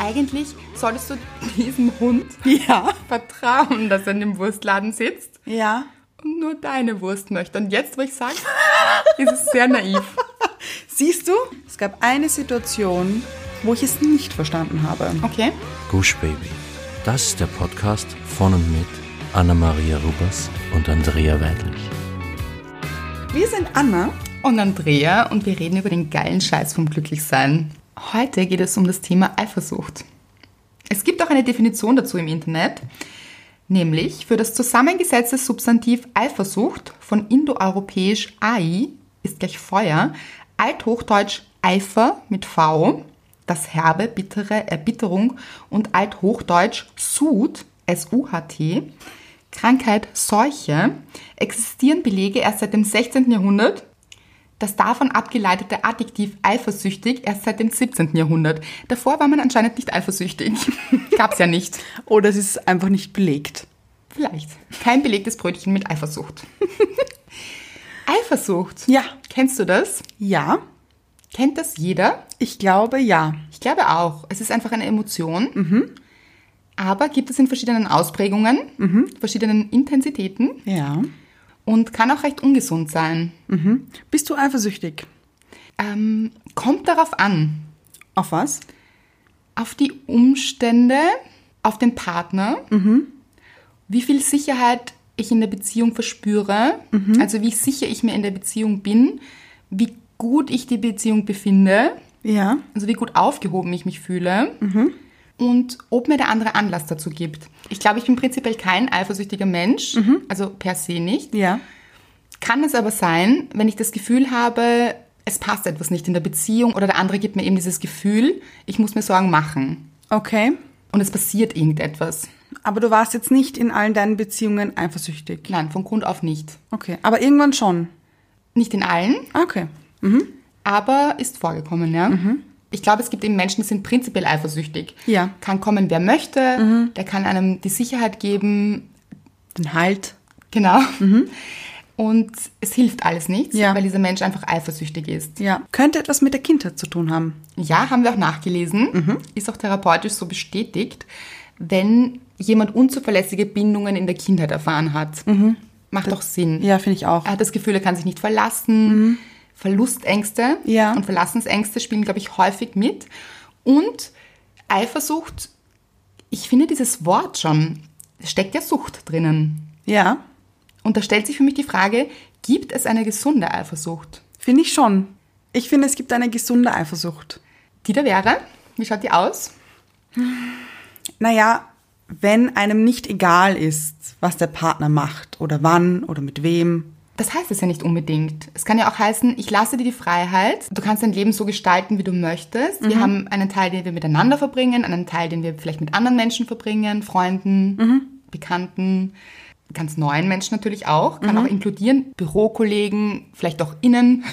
eigentlich solltest du diesem Hund Ja. vertrauen, dass er in dem Wurstladen sitzt Ja. und nur deine Wurst möchte. Und jetzt, wo ich sage, ist es sehr naiv. Siehst du? Es gab eine Situation, wo ich es nicht verstanden habe. Okay. Gush Baby. Das ist der Podcast von und mit Anna-Maria Rubers und Andrea Weidlich. Wir sind Anna. Und Andrea und wir reden über den geilen Scheiß vom Glücklichsein. Heute geht es um das Thema Eifersucht. Es gibt auch eine Definition dazu im Internet, nämlich für das zusammengesetzte Substantiv Eifersucht von indoeuropäisch AI ist gleich Feuer, althochdeutsch Eifer mit V, das herbe, bittere Erbitterung und althochdeutsch Sud, S-U-H-T, Krankheit Seuche, existieren Belege erst seit dem 16. Jahrhundert das davon abgeleitete Adjektiv eifersüchtig erst seit dem 17. Jahrhundert. Davor war man anscheinend nicht eifersüchtig. Gab's ja nicht. Oder es ist einfach nicht belegt. Vielleicht. Kein belegtes Brötchen mit Eifersucht. Eifersucht. Ja. Kennst du das? Ja. Kennt das jeder? Ich glaube ja. Ich glaube auch. Es ist einfach eine Emotion. Aber gibt es in verschiedenen Ausprägungen, verschiedenen Intensitäten Ja. und kann auch recht ungesund sein. Bist du eifersüchtig? Ähm, kommt darauf an. Auf was? auf die Umstände, auf den Partner, wie viel Sicherheit ich in der Beziehung verspüre, also wie sicher ich mir in der Beziehung bin, wie gut ich die Beziehung befinde, Ja. also wie gut aufgehoben ich mich fühle und ob mir der andere Anlass dazu gibt. Ich glaube, ich bin prinzipiell kein eifersüchtiger Mensch, also per se nicht. Ja. Kann es aber sein, wenn ich das Gefühl habe, es passt etwas nicht in der Beziehung oder der andere gibt mir eben dieses Gefühl, ich muss mir Sorgen machen Okay. und es passiert irgendetwas. Aber du warst jetzt nicht in allen deinen Beziehungen eifersüchtig. Nein, von Grund auf nicht. Okay. Aber irgendwann schon. Nicht in allen, Ah, Okay. aber ist vorgekommen, ja. Ich glaube, es gibt eben Menschen, die sind prinzipiell eifersüchtig. Mhm. Ja. Mhm. Kann kommen, wer möchte, der kann einem die Sicherheit geben, Dann halt. genau. Und es hilft alles nichts, Mhm. Ja. weil dieser Mensch einfach eifersüchtig ist. Ja. Könnte etwas mit der Kindheit zu tun haben. Ja, haben wir auch nachgelesen, Mhm. ist auch therapeutisch so bestätigt, wenn jemand unzuverlässige Bindungen in der Kindheit erfahren hat. Macht doch Sinn. Mhm. Ja, finde ich auch. Er hat das Gefühl, er kann sich nicht verlassen. Verlustängste Ja. und Verlassensängste spielen, glaube ich, häufig mit. Und Eifersucht, ich finde dieses Wort schon, es steckt ja Sucht drinnen. Ja. Und da stellt sich für mich die Frage, gibt es eine gesunde Eifersucht? Finde ich schon. Ich finde, es gibt eine gesunde Eifersucht. Die da wäre, wie schaut die aus? Naja, wenn einem nicht egal ist, was der Partner macht oder wann oder mit wem. Das heißt es ja nicht unbedingt. Es kann ja auch heißen, ich lasse dir die Freiheit. Du kannst dein Leben so gestalten, wie du möchtest. Wir haben einen Teil, den wir miteinander verbringen, einen Teil, den wir vielleicht mit anderen Menschen verbringen, Freunden, Bekannten, ganz neuen Menschen natürlich auch. Kann auch inkludieren Bürokollegen, vielleicht auch innen.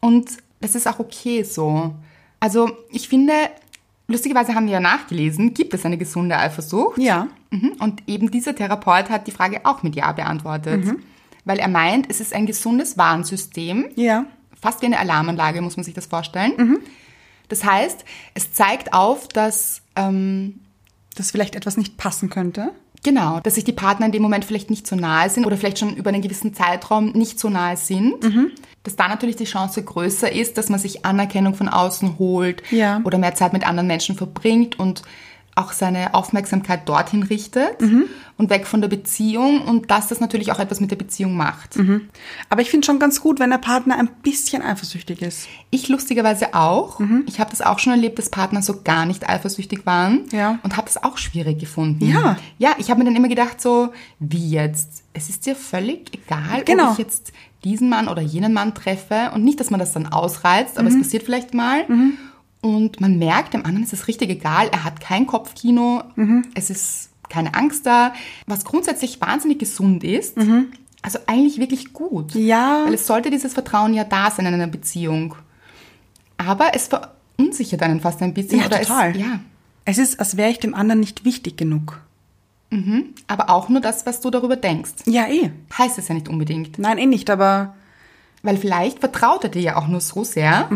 Und das ist auch okay so. Also ich finde, lustigerweise haben wir ja nachgelesen, gibt es eine gesunde Eifersucht? Ja. Mhm. Und eben dieser Therapeut hat die Frage auch mit Ja beantwortet. Weil er meint, es ist ein gesundes Warnsystem, Ja. fast wie eine Alarmanlage, muss man sich das vorstellen. Das heißt, es zeigt auf, dass, ähm, Dass vielleicht etwas nicht passen könnte. genau, dass sich die Partner in dem Moment vielleicht nicht so nahe sind oder vielleicht schon über einen gewissen Zeitraum nicht so nahe sind. Dass da natürlich die Chance größer ist, dass man sich Anerkennung von außen holt Ja. oder mehr Zeit mit anderen Menschen verbringt und auch seine Aufmerksamkeit dorthin richtet und weg von der Beziehung und dass das natürlich auch etwas mit der Beziehung macht. Aber ich finde schon ganz gut, wenn der Partner ein bisschen eifersüchtig ist. Ich lustigerweise auch. Mhm. Ich habe das auch schon erlebt, dass Partner so gar nicht eifersüchtig waren Ja. und habe das auch schwierig gefunden. Ja. Ja, ich habe mir dann immer gedacht so, wie jetzt? Es ist dir völlig egal, Genau. ob ich jetzt diesen Mann oder jenen Mann treffe und nicht, dass man das dann ausreizt, aber es Mhm. passiert vielleicht mal. Und man merkt, dem anderen ist es richtig egal, er hat kein Kopfkino, Mhm. es ist keine Angst da, was grundsätzlich wahnsinnig gesund ist. Also eigentlich wirklich gut. Mhm. Ja. Weil es sollte dieses Vertrauen ja da sein in einer Beziehung. Aber es verunsichert einen fast ein bisschen. Ja, oder total. Es, ja. Es ist, als wäre ich dem anderen nicht wichtig genug. Aber auch nur das, was du darüber denkst. Ja, eh. Heißt es ja nicht unbedingt. Nein, eh nicht, aber Weil vielleicht vertraut er Mhm. dir ja auch nur so sehr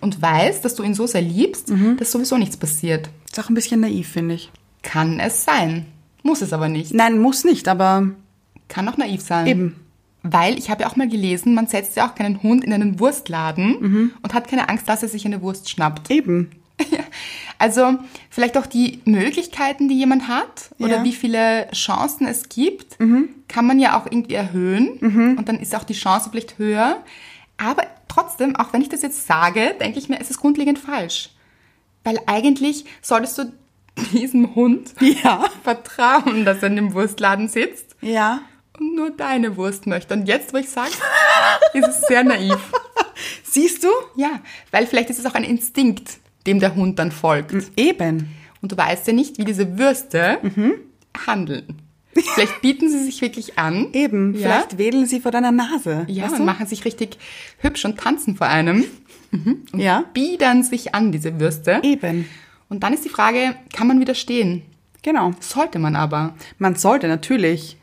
und weiß, dass du ihn so sehr liebst, dass sowieso nichts passiert. Ist auch ein bisschen naiv, finde ich. Kann es sein. Muss es aber nicht. Nein, muss nicht, aber Kann auch naiv sein. Eben. Weil ich habe ja auch mal gelesen, man setzt ja auch keinen Hund in einen Wurstladen Mhm. und hat keine Angst, dass er sich eine Wurst schnappt. eben. Also vielleicht auch die Möglichkeiten, die jemand hat Ja. oder wie viele Chancen es gibt, kann man ja auch irgendwie erhöhen und dann ist auch die Chance vielleicht höher. Aber trotzdem, auch wenn ich das jetzt sage, denke ich mir, es ist grundlegend falsch. Weil eigentlich solltest du diesem Hund Ja. vertrauen, dass er in dem Wurstladen sitzt Ja. und nur deine Wurst möchte. Und jetzt, wo ich sage, ist es sehr naiv. Siehst du? Ja, weil vielleicht ist es auch ein Instinkt, dem der Hund dann folgt. Eben. Und du weißt ja nicht, wie diese Würste Mhm. handeln. Vielleicht bieten sie sich wirklich an. Eben. Ja, Vielleicht wedeln sie vor deiner Nase. ja weißt und du? machen sich richtig hübsch und tanzen vor einem. ja. Biedern sich an, diese Würste. Eben. Und dann ist die Frage, kann man widerstehen? Genau. Sollte man aber. Man sollte natürlich.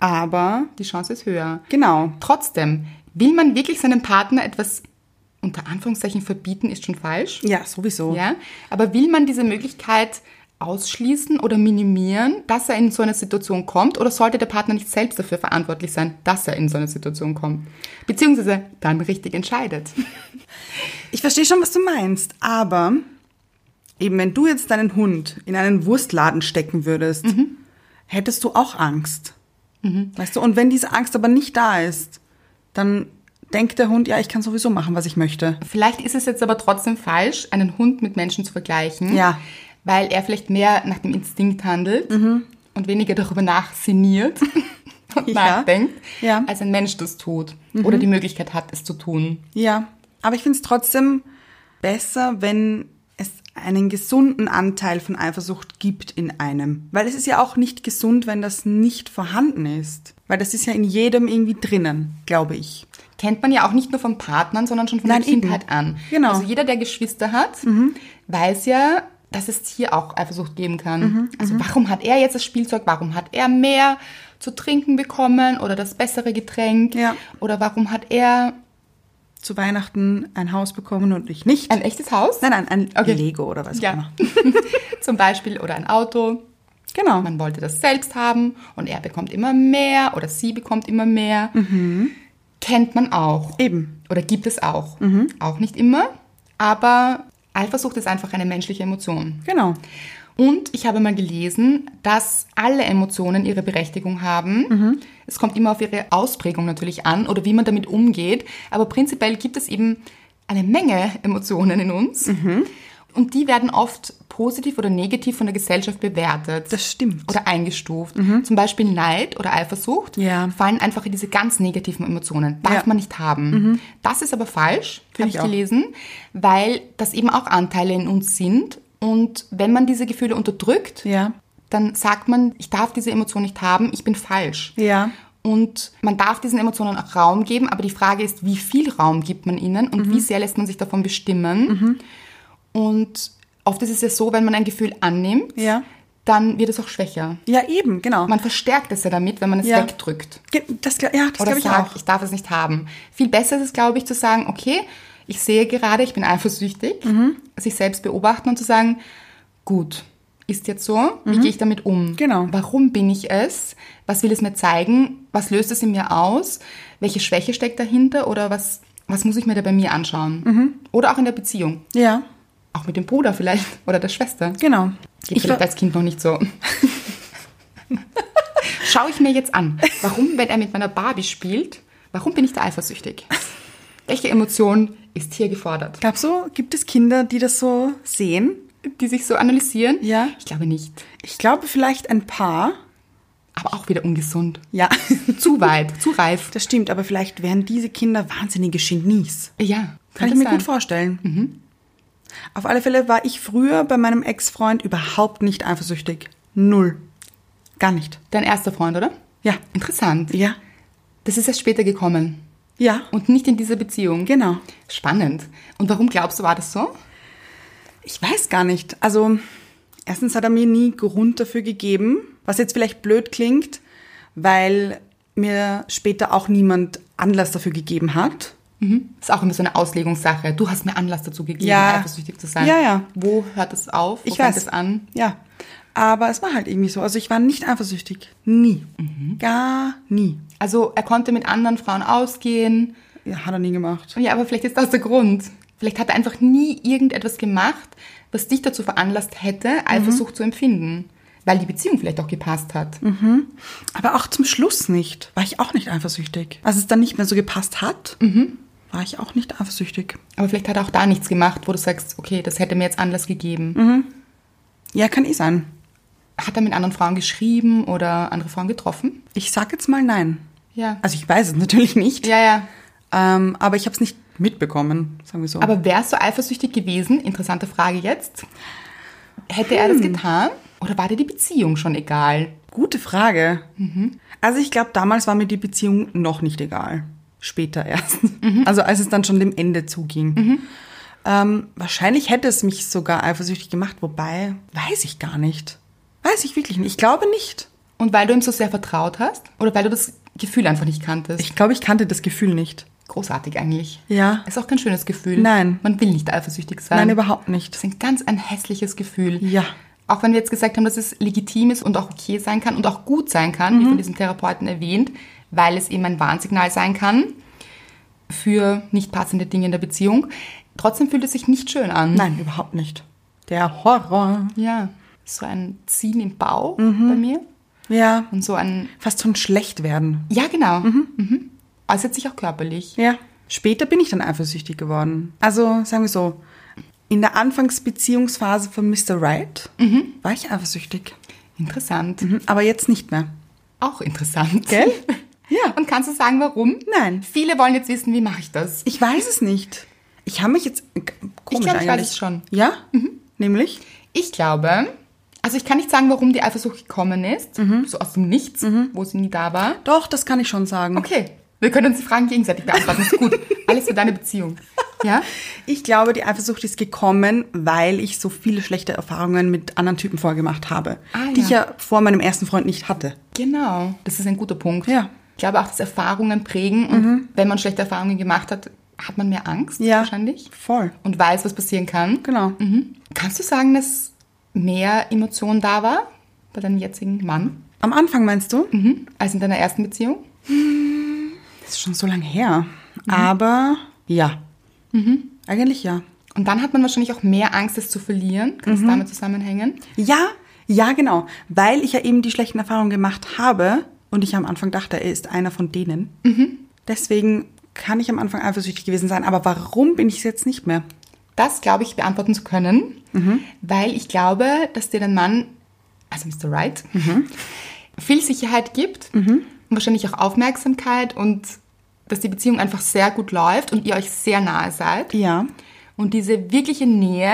Aber Die Chance ist höher. genau. Trotzdem, will man wirklich seinem Partner etwas unter Anführungszeichen verbieten, ist schon falsch. Ja, sowieso. Ja, aber will man diese Möglichkeit ausschließen oder minimieren, dass er in so eine Situation kommt oder sollte der Partner nicht selbst dafür verantwortlich sein, dass er in so eine Situation kommt? Beziehungsweise dann richtig entscheidet. Ich verstehe schon, was du meinst, aber eben wenn du jetzt deinen Hund in einen Wurstladen stecken würdest, hättest du auch Angst. Weißt du, und wenn diese Angst aber nicht da ist, dann denkt der Hund, ja, ich kann sowieso machen, was ich möchte. Vielleicht ist es jetzt aber trotzdem falsch, einen Hund mit Menschen zu vergleichen, Ja. weil er vielleicht mehr nach dem Instinkt handelt und weniger darüber nachsinniert und Mhm. Ja. nachdenkt, Ja. Mhm. als ein Mensch das tut oder die Möglichkeit hat, es zu tun. Ja, aber ich finde es trotzdem besser, wenn es einen gesunden Anteil von Eifersucht gibt in einem. Weil es ist ja auch nicht gesund, wenn das nicht vorhanden ist. Weil das ist ja in jedem irgendwie drinnen, glaube ich. kennt man ja auch nicht nur vom Partnern, sondern schon von Nein, der Kindheit eben. an. Genau. Mhm. Also jeder, der Geschwister hat, weiß ja, dass es hier auch Eifersucht geben kann. Mhm. Also warum hat er jetzt das Spielzeug? Warum hat er mehr zu trinken bekommen oder das bessere Getränk? Ja. Oder warum hat er Zu Weihnachten ein Haus bekommen und ich nicht. ein echtes Haus? Nein, Genau. nein, ein Okay. Lego oder was auch Ja. immer. Zum Beispiel oder ein Auto. Genau. Man wollte das selbst haben und er bekommt immer mehr oder sie bekommt immer mehr. Kennt man auch. Eben. Oder gibt es auch. Auch nicht immer, aber Eifersucht ist einfach eine menschliche Emotion. Genau. Und ich habe mal gelesen, dass alle Emotionen ihre Berechtigung haben. Es kommt immer auf ihre Ausprägung natürlich an oder wie man damit umgeht. Aber prinzipiell gibt es eben eine Menge Emotionen in uns. Und die werden oft positiv oder negativ von der Gesellschaft bewertet. Das stimmt. Mhm. Oder eingestuft. Zum Beispiel Neid oder Eifersucht Ja. fallen einfach in diese ganz negativen Emotionen. Darf Ja. Mhm. man nicht haben. Das ist aber falsch, habe ich ich, auch. gelesen, weil das eben auch Anteile in uns sind. Und wenn man diese Gefühle unterdrückt, Ja. dann sagt man, ich darf diese Emotion nicht haben, ich bin falsch. Ja. Und man darf diesen Emotionen auch Raum geben, aber die Frage ist, wie viel Raum gibt man ihnen Mhm. und wie sehr lässt man sich davon bestimmen. Und oft ist es ja so, wenn man ein Gefühl annimmt, Ja. dann wird es auch schwächer. Ja, eben, genau. Man verstärkt es ja damit, wenn man es Ja. wegdrückt Ge- das, gla- ja, das oder glaube ich sagt, auch. ich darf es nicht haben. Viel besser ist es, glaube ich, zu sagen, okay, ich sehe gerade, ich bin eifersüchtig, Mhm. sich selbst beobachten und zu sagen, gut, ist jetzt so, wie gehe ich damit um? Mhm. Genau. Warum bin ich es? Was will es mir zeigen? Was löst es in mir aus? Welche Schwäche steckt dahinter? Oder was, was muss ich mir da bei mir anschauen? Mhm. Oder auch in der Beziehung. Ja, Auch mit dem Bruder vielleicht oder der Schwester. genau. Geht vielleicht als Kind noch nicht so. Schaue ich mir jetzt an. Warum, wenn er mit meiner Barbie spielt, warum bin ich da eifersüchtig? Welche Emotion ist hier gefordert? Glaubst du, gibt es Kinder, die das so sehen? Die sich so analysieren? Ja. Ich glaube nicht. Ich glaube vielleicht ein paar. Aber auch wieder ungesund. Ja, Zu weit, zu reif. das stimmt, aber vielleicht wären diese Kinder wahnsinnige Genies. Ja, Kann könnte ich mir sein. Mhm. gut vorstellen. Auf alle Fälle war ich früher bei meinem Ex-Freund überhaupt nicht eifersüchtig. Null. Gar nicht. Dein erster Freund, oder? Ja. Interessant. Ja. Das ist erst später gekommen. Ja. Und nicht in dieser Beziehung. Genau. Spannend. Und warum glaubst du, war das so? Ich weiß gar nicht. Also, erstens hat er mir nie Grund dafür gegeben, was jetzt vielleicht blöd klingt, weil mir später auch niemand Anlass dafür gegeben hat. Mhm. Ist auch immer so eine Auslegungssache. Du hast mir Anlass dazu gegeben, Ja. eifersüchtig zu sein. Ja, ja. Wo hört es auf? Wo Ich fängt weiß. es an? Ja. Aber es war halt irgendwie so. Also ich war nicht eifersüchtig. Nie. Mhm. Gar nie. Also er konnte mit anderen Frauen ausgehen. Ja, hat er nie gemacht. Ja, aber vielleicht ist das der Grund. Vielleicht hat er einfach nie irgendetwas gemacht, was dich dazu veranlasst Mhm. hätte, Eifersucht zu empfinden. Weil die Beziehung vielleicht auch gepasst hat. Mhm. Aber auch zum Schluss nicht. War ich auch nicht eifersüchtig. Als es dann nicht mehr so gepasst hat, Mhm. war ich auch nicht eifersüchtig. Aber vielleicht hat er auch da nichts gemacht, wo du sagst, okay, das hätte mir jetzt Anlass gegeben. Mhm. Ja, kann eh sein. Hat er mit anderen Frauen geschrieben oder andere Frauen getroffen? Ich sag jetzt mal nein. Ja. Also ich weiß es natürlich nicht. ja, ja. Ähm, aber ich habe es nicht mitbekommen, sagen wir so. Aber wärst du eifersüchtig gewesen? Interessante Frage jetzt. Hätte er Hm. das getan? Oder war dir die Beziehung schon egal? Gute Frage. Mhm. Also ich glaube, damals war mir die Beziehung noch nicht egal. Später erst. Mhm. Also als es dann schon dem Ende zuging. Ähm, wahrscheinlich hätte es mich sogar eifersüchtig gemacht, wobei, weiß ich gar nicht. Weiß ich wirklich nicht. Ich glaube nicht. Und weil du ihm so sehr vertraut hast? Oder weil du das Gefühl einfach nicht kanntest? Ich glaube, ich kannte das Gefühl nicht. Großartig eigentlich. Ja. Ist auch kein schönes Gefühl. Nein. Man will nicht eifersüchtig sein. Nein, überhaupt nicht. Das ist ein ganz ein hässliches Gefühl. Ja. Auch wenn wir jetzt gesagt haben, dass es legitim ist und auch okay sein kann und auch gut sein kann, wie Mhm. von diesem Therapeuten erwähnt, weil es eben ein Warnsignal sein kann für nicht passende Dinge in der Beziehung. Trotzdem fühlt es sich nicht schön an. Nein, überhaupt nicht. Der Horror. Ja. So ein Ziehen im Bauch bei mir Ja. und so ein. Fast schon schlecht werden. Ja, genau. Mhm. Äußert sich auch körperlich. Ja. Später bin ich dann eifersüchtig geworden. Also, sagen wir so, in der Anfangsbeziehungsphase von Mr. Right Mhm. war ich eifersüchtig. Interessant. Mhm, Aber jetzt nicht mehr. Auch interessant. Gell? Ja. Und kannst du sagen, warum? Nein. Viele wollen jetzt wissen, wie mache ich das? Ich weiß es nicht. Ich habe mich jetzt g- komisch glaub, ich eigentlich. weiß es schon. Mhm. Ja? Nämlich? Ich glaube, also ich kann nicht sagen, warum die Eifersucht gekommen ist, so aus dem Nichts, wo sie nie da war. Doch, das kann ich schon sagen. Okay, wir können uns die Fragen gegenseitig beantworten. Ist gut. Alles für deine Beziehung. Ja? Ich glaube, die Eifersucht ist gekommen, weil ich so viele schlechte Erfahrungen mit anderen Typen vorgemacht habe, Ah, die ja. ich ja vor meinem ersten Freund nicht hatte. Genau. Das ist ein guter Punkt. Ja. Mhm. Ich glaube auch, dass Erfahrungen prägen und wenn man schlechte Erfahrungen gemacht hat, hat man mehr Angst wahrscheinlich Voll. und weiß, was passieren kann. Genau. Mhm. Kannst du sagen, dass mehr Emotion da war bei deinem jetzigen Mann Am Anfang meinst du? mhm. als in deiner ersten Beziehung? Das ist schon so lange her. Aber ja. Mhm. Eigentlich ja. Und dann hat man wahrscheinlich auch mehr Angst, es zu verlieren. Kann es Mhm. damit zusammenhängen? Ja, ja, genau. Weil ich ja eben die schlechten Erfahrungen gemacht habe und ich am Anfang dachte, er ist einer von denen. Deswegen kann ich am Anfang eifersüchtig gewesen sein. Aber warum bin ich es jetzt nicht mehr? Das glaube ich beantworten zu können, weil ich glaube, dass dir dein Mann, also Mr. Wright, viel Sicherheit gibt und wahrscheinlich auch Aufmerksamkeit und dass die Beziehung einfach sehr gut läuft und ihr euch sehr nahe seid. Ja. Und diese wirkliche Nähe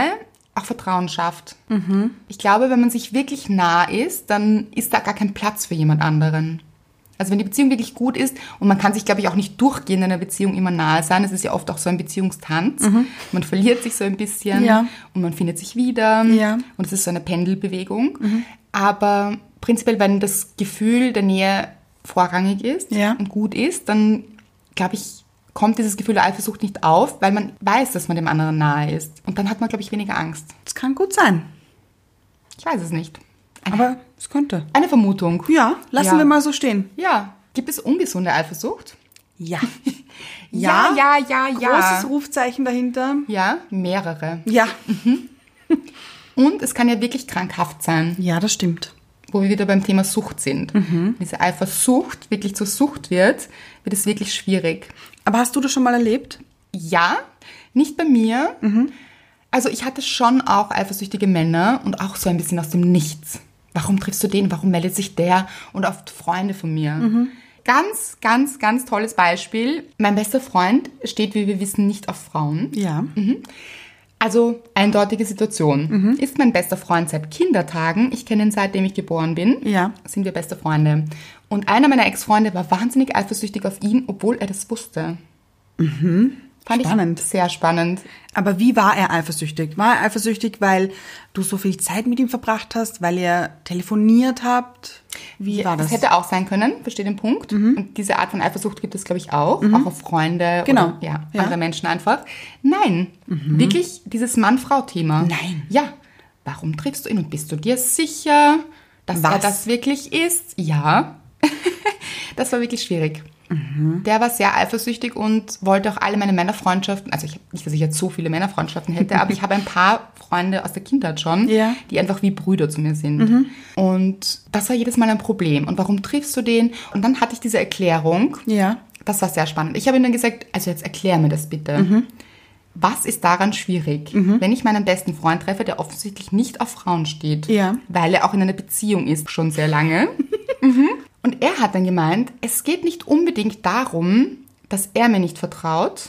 auch Vertrauen schafft. Mhm. Ich glaube, wenn man sich wirklich nah ist, dann ist da gar kein Platz für jemand anderen. Also wenn die Beziehung wirklich gut ist und man kann sich, glaube ich, auch nicht durchgehend in einer Beziehung immer nahe sein. Es ist ja oft auch so ein Beziehungstanz. Man verliert sich so ein bisschen Mhm. Ja. und man findet sich wieder. Ja. Und es ist so eine Pendelbewegung. Mhm. Aber prinzipiell, wenn das Gefühl der Nähe vorrangig ist Ja. und gut ist, dann glaube ich, kommt dieses Gefühl der Eifersucht nicht auf, weil man weiß, dass man dem anderen nahe ist. Und dann hat man, glaube ich, weniger Angst. Es kann gut sein. Ich weiß es nicht. Eine, Aber es könnte. eine Vermutung. Ja, lassen Ja. wir mal so stehen. Ja. Gibt es ungesunde Eifersucht? Ja. ja, ja, ja. Großes ja. Rufzeichen dahinter. Ja, mehrere. Ja. Und es kann ja wirklich krankhaft sein. Ja, das stimmt. wo wir wieder beim Thema Sucht sind. Wenn diese Eifersucht wirklich zur Sucht wird, wird es wirklich schwierig. Aber hast du das schon mal erlebt? Ja, nicht bei mir. Also ich hatte schon auch eifersüchtige Männer und auch so ein bisschen aus dem Nichts. Warum triffst du den? Warum meldet sich der? Und oft Freunde von mir. Ganz, ganz, ganz tolles Beispiel. Mein bester Freund steht, wie wir wissen, nicht auf Frauen. Ja. Also eindeutige Situation. Mhm. Ist mein bester Freund seit Kindertagen. Ich kenne ihn seitdem ich geboren bin. Ja. Sind wir beste Freunde. Und einer meiner Ex-Freunde war wahnsinnig eifersüchtig auf ihn, obwohl er das wusste. Fand Mhm. Spannend. ich sehr spannend. Aber wie war er eifersüchtig? War er eifersüchtig, weil du so viel Zeit mit ihm verbracht hast, weil ihr telefoniert habt? Wie war das? Mhm. Das hätte auch sein können, verstehe den Punkt. Und diese Art von Eifersucht gibt es, glaube ich, auch. Auch auf Freunde Genau. oder ja, Ja. Mhm. andere Menschen einfach. Nein, wirklich dieses Mann-Frau-Thema. Nein. Ja. Warum triffst du ihn und bist du dir sicher, dass er Was? das wirklich ist? Ja. das war wirklich schwierig. Mhm. Der war sehr eifersüchtig und wollte auch alle meine Männerfreundschaften, also ich hab- nicht, dass ich jetzt so viele Männerfreundschaften hätte, aber ich habe ein paar Freunde aus der Kindheit schon, Ja. die einfach wie Brüder zu mir sind. Und das war jedes Mal ein Problem. Und warum triffst du den? Und dann hatte ich diese Erklärung. Ja. Das war sehr spannend. Ich habe ihm dann gesagt, also jetzt erklär mir das bitte. Mhm. Was ist daran schwierig, wenn ich meinen besten Freund treffe, der offensichtlich nicht auf Frauen steht, Ja. weil er auch in einer Beziehung ist, schon sehr lange. Mhm. Und er hat dann gemeint, es geht nicht unbedingt darum, dass er mir nicht vertraut,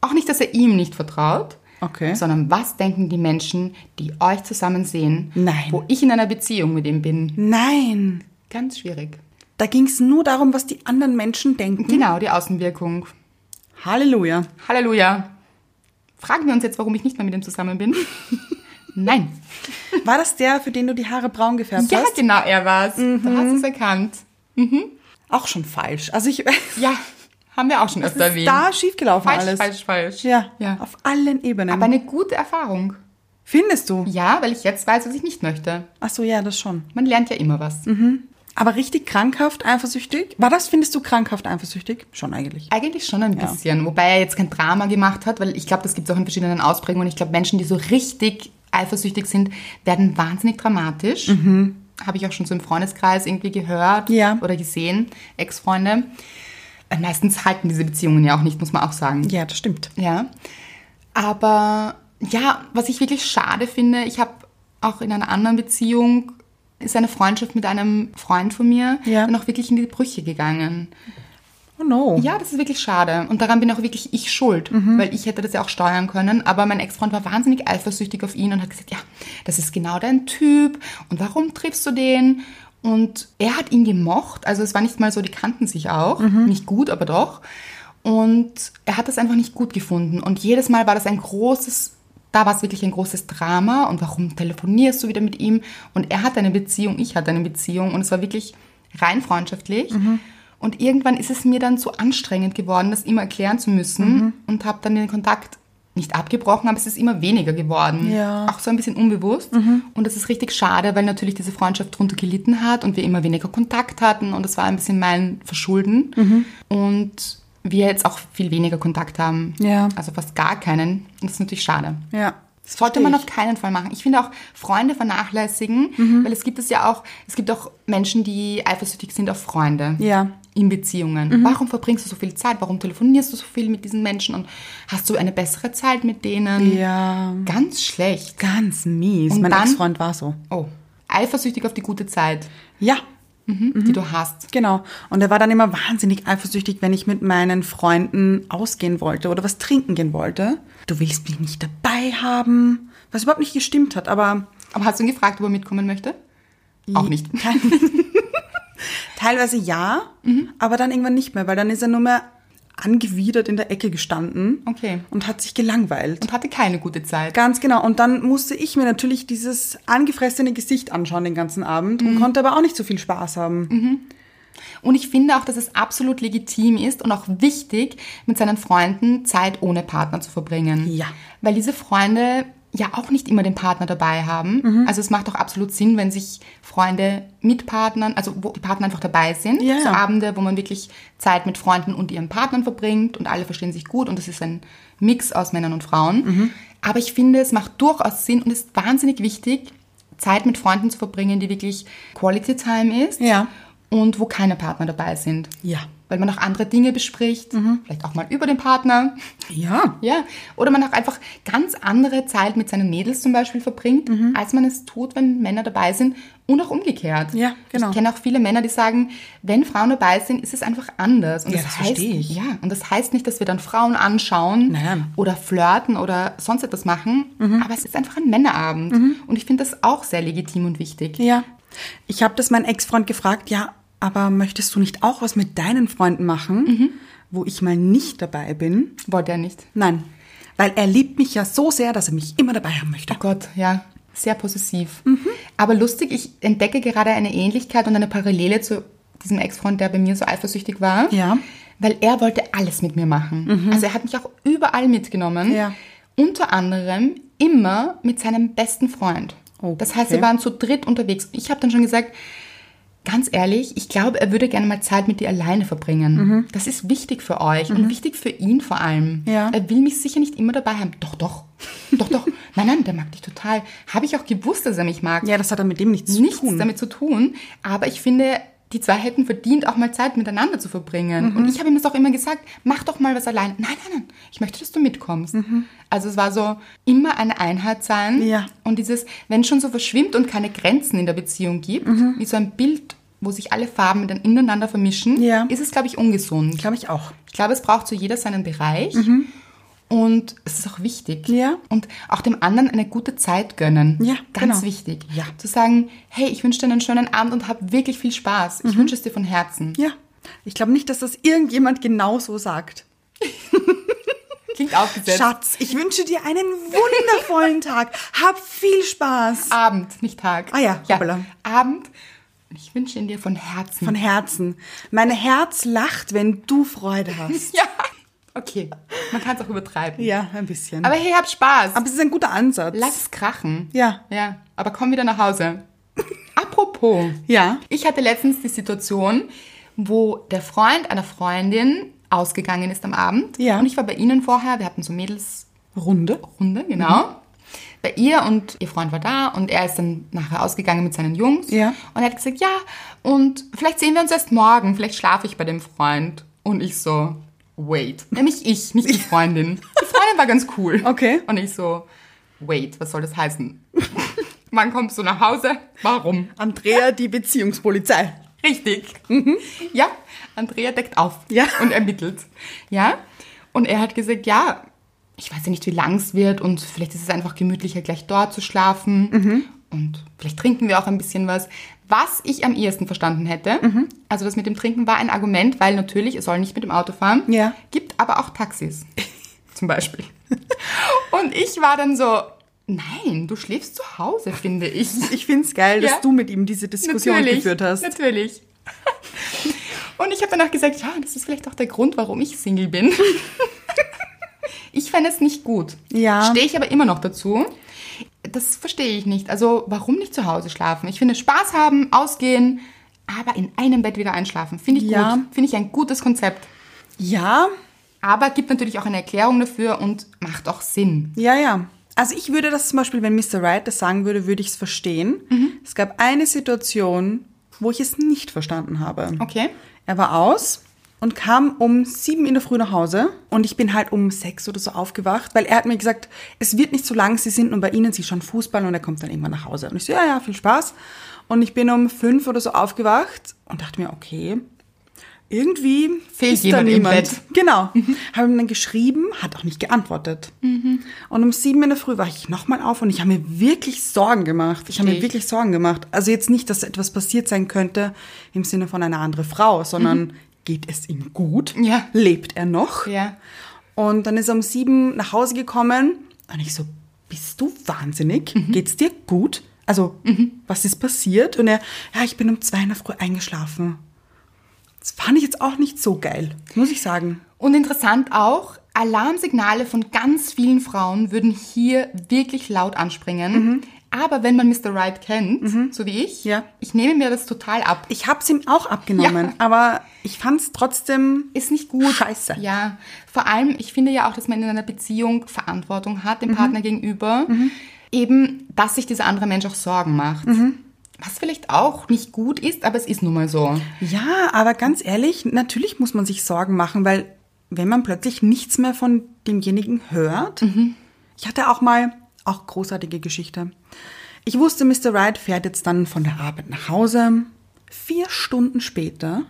auch nicht, dass er ihm nicht vertraut, Okay. sondern was denken die Menschen, die euch zusammen sehen, Nein. wo ich in einer Beziehung mit ihm bin. Nein. Ganz schwierig. Da ging es nur darum, was die anderen Menschen denken. Genau, die Außenwirkung. Halleluja. Halleluja. Fragen wir uns jetzt, warum ich nicht mehr mit ihm zusammen bin? Nein. War das der, für den du die Haare braun gefärbt Ja, hast? genau, er war's. Mhm. Du hast es erkannt. Auch schon falsch. Also ich Ja, haben wir auch schon öfter ist erwähnt. da schiefgelaufen falsch, alles. falsch, falsch. Ja, ja. auf allen Ebenen. Aber eine gute Erfahrung. Findest du? Ja, weil ich jetzt weiß, was ich nicht möchte. Ach so, ja, das schon. Man lernt ja immer was. Aber richtig krankhaft eifersüchtig? War das, findest du, krankhaft eifersüchtig? Schon eigentlich. Eigentlich schon ein Ja. bisschen, wobei er jetzt kein Drama gemacht hat, weil ich glaube, das gibt es auch in verschiedenen Ausprägungen. Ich glaube, Menschen, die so richtig eifersüchtig sind, werden wahnsinnig dramatisch. Habe ich auch schon so im Freundeskreis irgendwie gehört Mhm. Ja. oder gesehen, Ex-Freunde. Äh, Meistens halten diese Beziehungen ja auch nicht, muss man auch sagen. Ja, das stimmt. Ja. Aber ja, was ich wirklich schade finde, ich habe auch in einer anderen Beziehung ist eine Freundschaft mit einem Freund von mir Ja. dann auch wirklich in die Brüche gegangen. Oh no. Ja, das ist wirklich schade. Und daran bin auch wirklich ich schuld, weil ich hätte das ja auch steuern können. Aber mein Ex-Freund war wahnsinnig eifersüchtig auf ihn und hat gesagt, ja, das ist genau dein Typ und warum triffst du den? Und er hat ihn gemocht. Also es war nicht mal so, die kannten sich auch. Nicht gut, aber doch. Und er hat das einfach nicht gut gefunden. Und jedes Mal war das ein großes da war es wirklich ein großes Drama und warum telefonierst du wieder mit ihm? Und er hat eine Beziehung, ich hatte eine Beziehung und es war wirklich rein freundschaftlich. Mhm. Und irgendwann ist es mir dann zu anstrengend geworden, das immer erklären zu müssen Mhm. und habe dann den Kontakt nicht abgebrochen, aber es ist immer weniger geworden. Ja. Mhm. Auch so ein bisschen unbewusst. Und das ist richtig schade, weil natürlich diese Freundschaft drunter gelitten hat und wir immer weniger Kontakt hatten und das war ein bisschen mein Verschulden. Mhm. Und wir jetzt auch viel weniger Kontakt haben. Ja. Also fast gar keinen. Und das ist natürlich schade. Ja. Das sollte man auf keinen Fall machen. Ich finde auch Freunde vernachlässigen, Mhm. weil es gibt es ja auch, es gibt auch Menschen, die eifersüchtig sind auf Freunde. Ja. Mhm. In Beziehungen. Warum verbringst du so viel Zeit? Warum telefonierst du so viel mit diesen Menschen? Und hast du eine bessere Zeit mit denen? Ja. Ganz schlecht. Ganz mies. Und mein dann- Ex-Freund war so. Oh. Eifersüchtig auf die gute Zeit, mhm, Ja, die du hast. genau. Und er war dann immer wahnsinnig eifersüchtig, wenn ich mit meinen Freunden ausgehen wollte oder was trinken gehen wollte. Du willst mich nicht dabei haben. Was überhaupt nicht gestimmt hat, aber Aber hast du ihn gefragt, ob er mitkommen möchte? Auch nicht. Teilweise ja, Mhm. aber dann irgendwann nicht mehr, weil dann ist er nur mehr angewidert in der Ecke gestanden Okay. und hat sich gelangweilt. Und hatte keine gute Zeit. Ganz genau. Und dann musste ich mir natürlich dieses angefressene Gesicht anschauen den ganzen Abend Mhm. und konnte aber auch nicht so viel Spaß haben. Und ich finde auch, dass es absolut legitim ist und auch wichtig, mit seinen Freunden Zeit ohne Partner zu verbringen. Ja. Weil diese Freunde ja auch nicht immer den Partner dabei haben. Mhm. Also es macht auch absolut Sinn, wenn sich Freunde mit Partnern, also wo die Partner einfach dabei sind. Ja, So ja. Abende, wo man wirklich Zeit mit Freunden und ihren Partnern verbringt und alle verstehen sich gut und es ist ein Mix aus Männern und Frauen. Mhm. Aber ich finde, es macht durchaus Sinn und ist wahnsinnig wichtig, Zeit mit Freunden zu verbringen, die wirklich Quality Time ist Ja. und wo keine Partner dabei sind. Ja. Mhm. Weil man auch andere Dinge bespricht, vielleicht auch mal über den Partner. Ja. Ja. Oder man auch einfach ganz andere Zeit mit seinen Mädels zum Beispiel verbringt, Mhm. als man es tut, wenn Männer dabei sind. Und auch umgekehrt. Ja, genau. Ich kenne auch viele Männer, die sagen, wenn Frauen dabei sind, ist es einfach anders. Und Ja, das heißt, verstehe ich. Ja, und das heißt nicht, dass wir dann Frauen anschauen Nein. oder flirten oder sonst etwas machen, Mhm. aber es ist einfach ein Männerabend. Und ich finde das auch sehr legitim und wichtig. Ja. Mhm. Ich habe das meinen Ex-Freund gefragt, ja, aber möchtest du nicht auch was mit deinen Freunden machen? wo ich mal nicht dabei bin. Wollte er nicht. Nein, weil er liebt mich ja so sehr, dass er mich immer dabei haben möchte. Oh Gott, ja. Sehr possessiv. Mhm. Aber lustig, ich entdecke gerade eine Ähnlichkeit und eine Parallele zu diesem Ex-Freund, der bei mir so eifersüchtig war. Ja. Mhm. Weil er wollte alles mit mir machen. Also er hat mich auch überall mitgenommen. Ja. Unter anderem immer mit seinem besten Freund. Das heißt, wir Oh, Okay. waren zu dritt unterwegs. Ich habe dann schon gesagt, ganz ehrlich, ich glaube, er würde gerne mal Zeit mit dir alleine verbringen. Mhm. Das ist wichtig für euch und wichtig für ihn vor allem. Ja. Er will mich sicher nicht immer dabei haben. Doch, doch. Doch, doch. nein, nein, der mag dich total. Habe ich auch gewusst, dass er mich mag. Ja, das hat er mit dem nichts, Nichts zu tun. damit zu tun. Aber ich finde, die zwei hätten verdient, auch mal Zeit miteinander zu verbringen. Mhm. Und ich habe ihm das auch immer gesagt, mach doch mal was allein. Nein, nein, nein. Ich möchte, dass du mitkommst. Also es war so immer eine Einheit sein. Mhm. Ja. Und dieses, wenn es schon so verschwimmt und keine Grenzen in der Beziehung gibt, Mhm. wie so ein Bild, wo sich alle Farben dann ineinander vermischen, Ja. ist es, glaube ich, ungesund. Glaube ich auch. Ich glaube, es braucht so jeder seinen Bereich. Und es ist auch wichtig. Mhm. Ja. Und auch dem anderen eine gute Zeit gönnen. Ja, Ganz genau. wichtig. Ja. Zu sagen, hey, ich wünsche dir einen schönen Abend und hab wirklich viel Spaß. Mhm. Ich wünsche es dir von Herzen. Ja. Ich glaube nicht, dass das irgendjemand genau so sagt. Klingt aufgesetzt. Schatz, ich wünsche dir einen wundervollen Tag. Hab viel Spaß. Abend, nicht Tag. Ah ja, ja. hoppala. Abend. Ich wünsche ihn dir von Herzen. Von Herzen. Mein Herz lacht, wenn du Freude hast. ja. Okay. Man kann es auch übertreiben. Ja, ein bisschen. Aber hey, hab Spaß. Aber es ist ein guter Ansatz. Lass es krachen. Ja. Ja. Aber komm wieder nach Hause. Apropos. Ja. Ich hatte letztens die Situation, wo der Freund einer Freundin ausgegangen ist am Abend. Ja. Und ich war bei ihnen vorher, wir hatten so Mädelsrunde, Runde. genau. Mhm. Bei ihr und ihr Freund war da und er ist dann nachher ausgegangen mit seinen Jungs. Ja. Und er hat gesagt, ja, und vielleicht sehen wir uns erst morgen, vielleicht schlafe ich bei dem Freund. Und ich so, wait. Nämlich ich, nicht die Freundin. Die Freundin war ganz cool. Okay. Und ich so, wait, was soll das heißen? Wann kommst du nach Hause? Warum? Andrea, die Beziehungspolizei. Richtig. Ja, Andrea deckt auf Mhm. Ja. und ermittelt. Ja. Und er hat gesagt, ja, ich weiß ja nicht, wie lang es wird und vielleicht ist es einfach gemütlicher, gleich dort zu schlafen. Mhm. Und vielleicht trinken wir auch ein bisschen was. Was ich am ehesten verstanden hätte, Mhm. also das mit dem Trinken war ein Argument, weil natürlich, er soll nicht mit dem Auto fahren. Ja. Gibt aber auch Taxis. Zum Beispiel. Und ich war dann so, nein, du schläfst zu Hause, finde ich. Ich find's geil, dass Ja. du mit ihm diese Diskussion geführt hast. Natürlich. Und ich habe danach gesagt, ja, das ist vielleicht auch der Grund, warum ich Single bin. ich fände es nicht gut. Ja. Stehe ich aber immer noch dazu. Das verstehe ich nicht. Also, warum nicht zu Hause schlafen? Ich finde, Spaß haben, ausgehen, aber in einem Bett wieder einschlafen. Finde ich Ja. gut. Finde ich ein gutes Konzept. Ja, Aber gibt natürlich auch eine Erklärung dafür und macht auch Sinn. ja, ja. Also ich würde das zum Beispiel, wenn Mr. Wright das sagen würde, würde ich es verstehen. Mhm. Es gab eine Situation, wo ich es nicht verstanden habe. Okay? Er war aus und kam um sieben in der Früh nach Hause und ich bin halt um sechs oder so aufgewacht, weil er hat mir gesagt, es wird nicht so lang, sie sind nur bei ihnen, sie schauen Fußball und er kommt dann irgendwann nach Hause. Und ich so, ja, ja, viel Spaß. Und ich bin um fünf oder so aufgewacht und dachte mir, okay, irgendwie Fehlt ist jemand da im niemand. Bett. Genau. Habe ihm dann geschrieben, hat auch nicht geantwortet. Und um sieben in der Früh war ich nochmal auf und ich habe mir wirklich Sorgen gemacht. Ich habe Verstehe mir ich. wirklich Sorgen gemacht. Also jetzt nicht, dass etwas passiert sein könnte im Sinne von einer anderen Frau, sondern geht es ihm gut? Mhm. Ja. Lebt er noch? Ja. Und dann ist er um sieben nach Hause gekommen und ich so, bist du wahnsinnig? Geht's dir gut? Also, was ist passiert? Und er, ja, ich bin um zwei in der Früh eingeschlafen. Das fand ich jetzt auch nicht so geil, muss ich sagen. Und interessant auch, Alarmsignale von ganz vielen Frauen würden hier wirklich laut anspringen. Aber wenn man Mr. Right kennt, so wie ich, Mhm. Ja. ich nehme mir das total ab. Ich hab's ihm auch abgenommen, Ja. aber ich fand's trotzdem Ist nicht gut. Scheiße. Ja. Vor allem, ich finde ja auch, dass man in einer Beziehung Verantwortung hat, Mhm. dem Partner gegenüber. Eben, dass sich dieser andere Mensch auch Sorgen macht. Mhm. Was vielleicht auch nicht gut ist, aber es ist nun mal so. Ja, aber ganz ehrlich, natürlich muss man sich Sorgen machen, weil wenn man plötzlich nichts mehr von demjenigen hört, ich hatte auch mal auch großartige Geschichte. Ich wusste, Mr. Wright fährt jetzt dann von der Arbeit nach Hause. Vier Stunden später,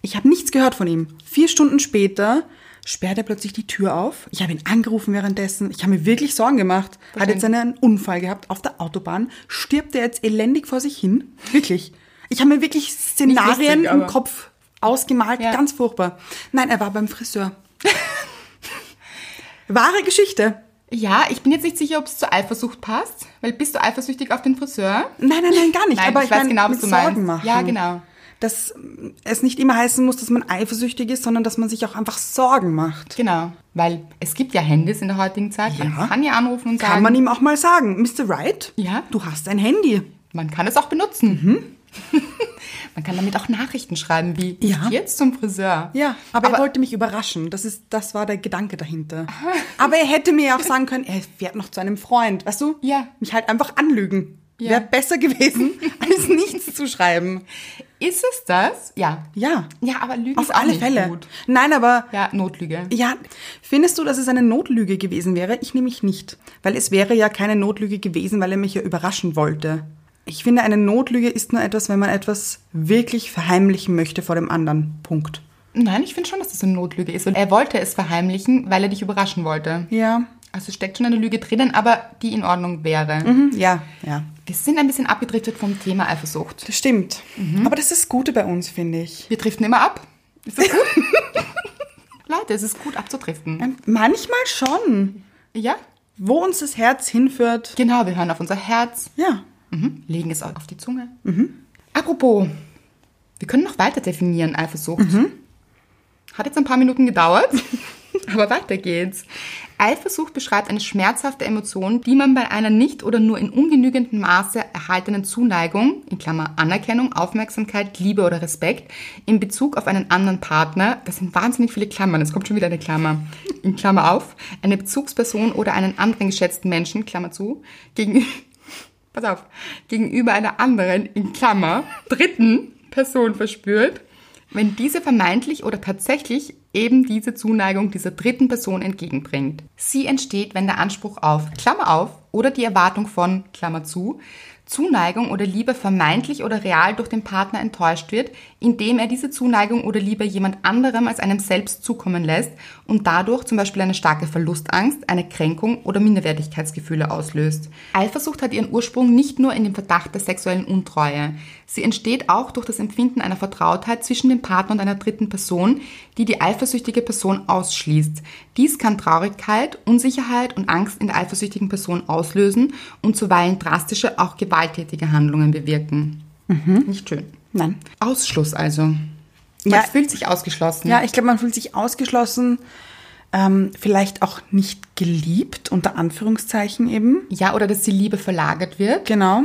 ich habe nichts gehört von ihm. Vier Stunden später sperrt er plötzlich die Tür auf. Ich habe ihn angerufen währenddessen. Ich habe mir wirklich Sorgen gemacht. Hat jetzt einen Unfall gehabt auf der Autobahn. Stirbt er jetzt elendig vor sich hin? Wirklich. Ich habe mir wirklich Szenarien lustig, im aber- Kopf Ausgemalt, Ja. ganz furchtbar. Nein, er war beim Friseur. Wahre Geschichte. Ja, ich bin jetzt nicht sicher, ob es zur Eifersucht passt, weil bist du eifersüchtig auf den Friseur? Nein, nein, nein, gar nicht. Nein, Aber ich ich, weiß mein, genau, was mit du meinst. Sorgen machen. Ja, genau. Dass mm, es nicht immer heißen muss, dass man eifersüchtig ist, sondern dass man sich auch einfach Sorgen macht. Genau, weil es gibt ja Handys in der heutigen Zeit. Ja. Man kann ja anrufen und sagen, Kann man ihm auch mal sagen, Mr. Wright, Ja. du hast ein Handy. man kann es auch benutzen. Mhm. man kann damit auch Nachrichten schreiben, wie ich Ja. geh jetzt zum Friseur. Ja, aber, er wollte mich überraschen. Das, ist, das war der Gedanke dahinter. aber er hätte mir auch sagen können, er fährt noch zu einem Freund. Weißt du? Ja. Mich halt einfach anlügen. Ja. Wäre besser gewesen, als nichts zu schreiben. ist es das? Ja. Ja. Ja, aber Lügen Auf ist auch alle nicht Fälle. gut. Nein, aber Ja, Notlüge. Ja, findest du, dass es eine Notlüge gewesen wäre? Ich nämlich nicht, weil es wäre ja keine Notlüge gewesen, weil er mich ja überraschen wollte. Ich finde, eine Notlüge ist nur etwas, wenn man etwas wirklich verheimlichen möchte vor dem anderen. Punkt. Nein, ich finde schon, dass das eine Notlüge ist. Und er wollte es verheimlichen, weil er dich überraschen wollte. Ja. Also steckt schon eine Lüge drinnen, aber die in Ordnung wäre. Mhm. Ja, ja. Wir sind ein bisschen abgedriftet vom Thema Eifersucht. Das stimmt. Mhm. Aber das ist das Gute bei uns, finde ich. Wir driften immer ab. Ist das gut? Leute, es ist gut abzudriften. Ähm, Manchmal schon. Ja, Wo uns das Herz hinführt. genau, wir hören auf unser Herz, Ja. mhm. legen es auf die Zunge. Apropos, wir können noch weiter definieren Eifersucht. Hat jetzt ein paar Minuten gedauert, aber weiter geht's. Eifersucht beschreibt eine schmerzhafte Emotion, die man bei einer nicht oder nur in ungenügendem Maße erhaltenen Zuneigung, in Klammer Anerkennung, Aufmerksamkeit, Liebe oder Respekt, in Bezug auf einen anderen Partner, das sind wahnsinnig viele Klammern, es kommt schon wieder eine Klammer, in Klammer auf, eine Bezugsperson oder einen anderen geschätzten Menschen, Klammer zu, gegen, pass auf, gegenüber einer anderen, in Klammer, dritten Person verspürt, wenn diese vermeintlich oder tatsächlich eben diese Zuneigung dieser dritten Person entgegenbringt. Sie entsteht, wenn der Anspruch auf, Klammer auf, oder die Erwartung von, Klammer zu, Zuneigung oder Liebe vermeintlich oder real durch den Partner enttäuscht wird, indem er diese Zuneigung oder Liebe jemand anderem als einem selbst zukommen lässt und dadurch zum Beispiel eine starke Verlustangst, eine Kränkung oder Minderwertigkeitsgefühle auslöst. Eifersucht hat ihren Ursprung nicht nur in dem Verdacht der sexuellen Untreue. Sie entsteht auch durch das Empfinden einer Vertrautheit zwischen dem Partner und einer dritten Person, die die eifersüchtige Person ausschließt. Dies kann Traurigkeit, Unsicherheit und Angst in der eifersüchtigen Person auslösen und zuweilen drastische, auch gewalttätige Handlungen bewirken. Nicht schön. Nein. Ausschluss also. Man Mhm. Ja. fühlt sich ausgeschlossen. Ja, ich glaube, man fühlt sich ausgeschlossen, ähm, vielleicht auch nicht geliebt, unter Anführungszeichen eben. ja, oder dass die Liebe verlagert wird. Genau.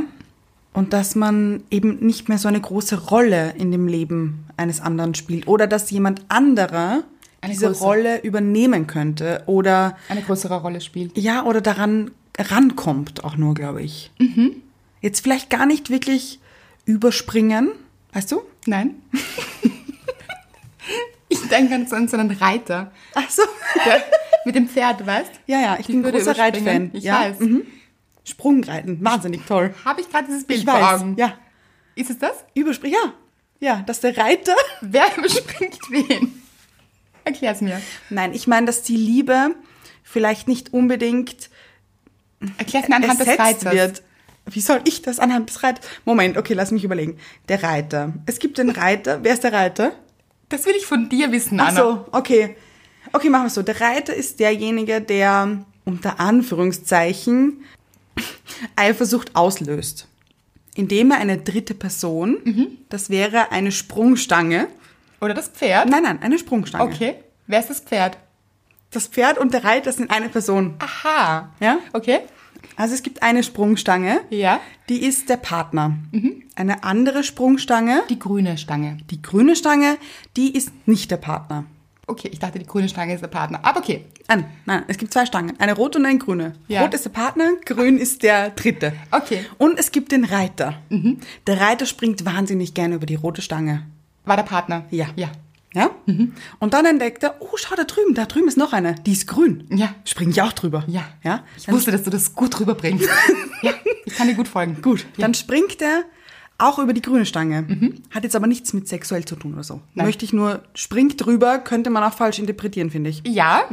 Und dass man eben nicht mehr so eine große Rolle in dem Leben eines anderen spielt. Oder dass jemand anderer Eine diese größere. Rolle übernehmen könnte. Oder Eine größere Rolle spielt. ja, oder daran rankommt, auch nur, glaube ich. Mhm. Jetzt vielleicht gar nicht wirklich überspringen, weißt du? Nein. ich denke an so einen, so einen Reiter Ach so. der, mit dem Pferd, weißt Ja, ja, ich Die bin ein würde großer überspringen. Reitfan. Ich ja. weiß. Mhm. Sprungreiten, wahnsinnig toll. Habe ich gerade dieses Bild Ich vor weiß. Augen? Ja, Ist es das? überspringen, ja. Ja, dass der Reiter Wer überspringt wen? Erklär's mir. Nein, ich meine, dass die Liebe vielleicht nicht unbedingt Erklär's mir anhand des ersetzt Reiters. wird. Wie soll ich das anhand des Reiters? Moment, okay, lass mich überlegen. Der Reiter. Es gibt den Reiter. Wer ist der Reiter? Das will ich von dir wissen, Ach Anna. so, okay. Okay, machen wir so. Der Reiter ist derjenige, der unter Anführungszeichen Eifersucht auslöst. Indem er eine dritte Person, Mhm. das wäre eine Sprungstange. Oder das Pferd? Nein, nein, eine Sprungstange. Okay. Wer ist das Pferd? Das Pferd und der Reiter sind eine Person. Aha. Ja? Okay. Also es gibt eine Sprungstange. Ja. Die ist der Partner. Mhm. Eine andere Sprungstange, Die grüne Stange. die grüne Stange, die ist nicht der Partner. Okay, ich dachte, die grüne Stange ist der Partner. Aber okay. Nein, nein, es gibt zwei Stangen, eine rote und eine grüne. Ja. Rot ist der Partner, grün ist der dritte. Okay. Mhm. Und es gibt den Reiter. Der Reiter springt wahnsinnig gerne über die rote Stange. War der Partner? Ja. Ja. Mhm. Ja? Und dann entdeckt er, oh, schau da drüben, da drüben ist noch eine, die ist grün. Ja. Spring ich auch drüber. Ja. Ja? Ich wusste, dass du das gut rüberbringst. ja. Ich kann dir gut folgen. Gut, Ja. dann springt er auch über die grüne Stange. Hat jetzt aber nichts mit sexuell zu tun oder so. Mhm. Nein. Möchte ich nur, springt drüber, könnte man auch falsch interpretieren, finde ich. Ja.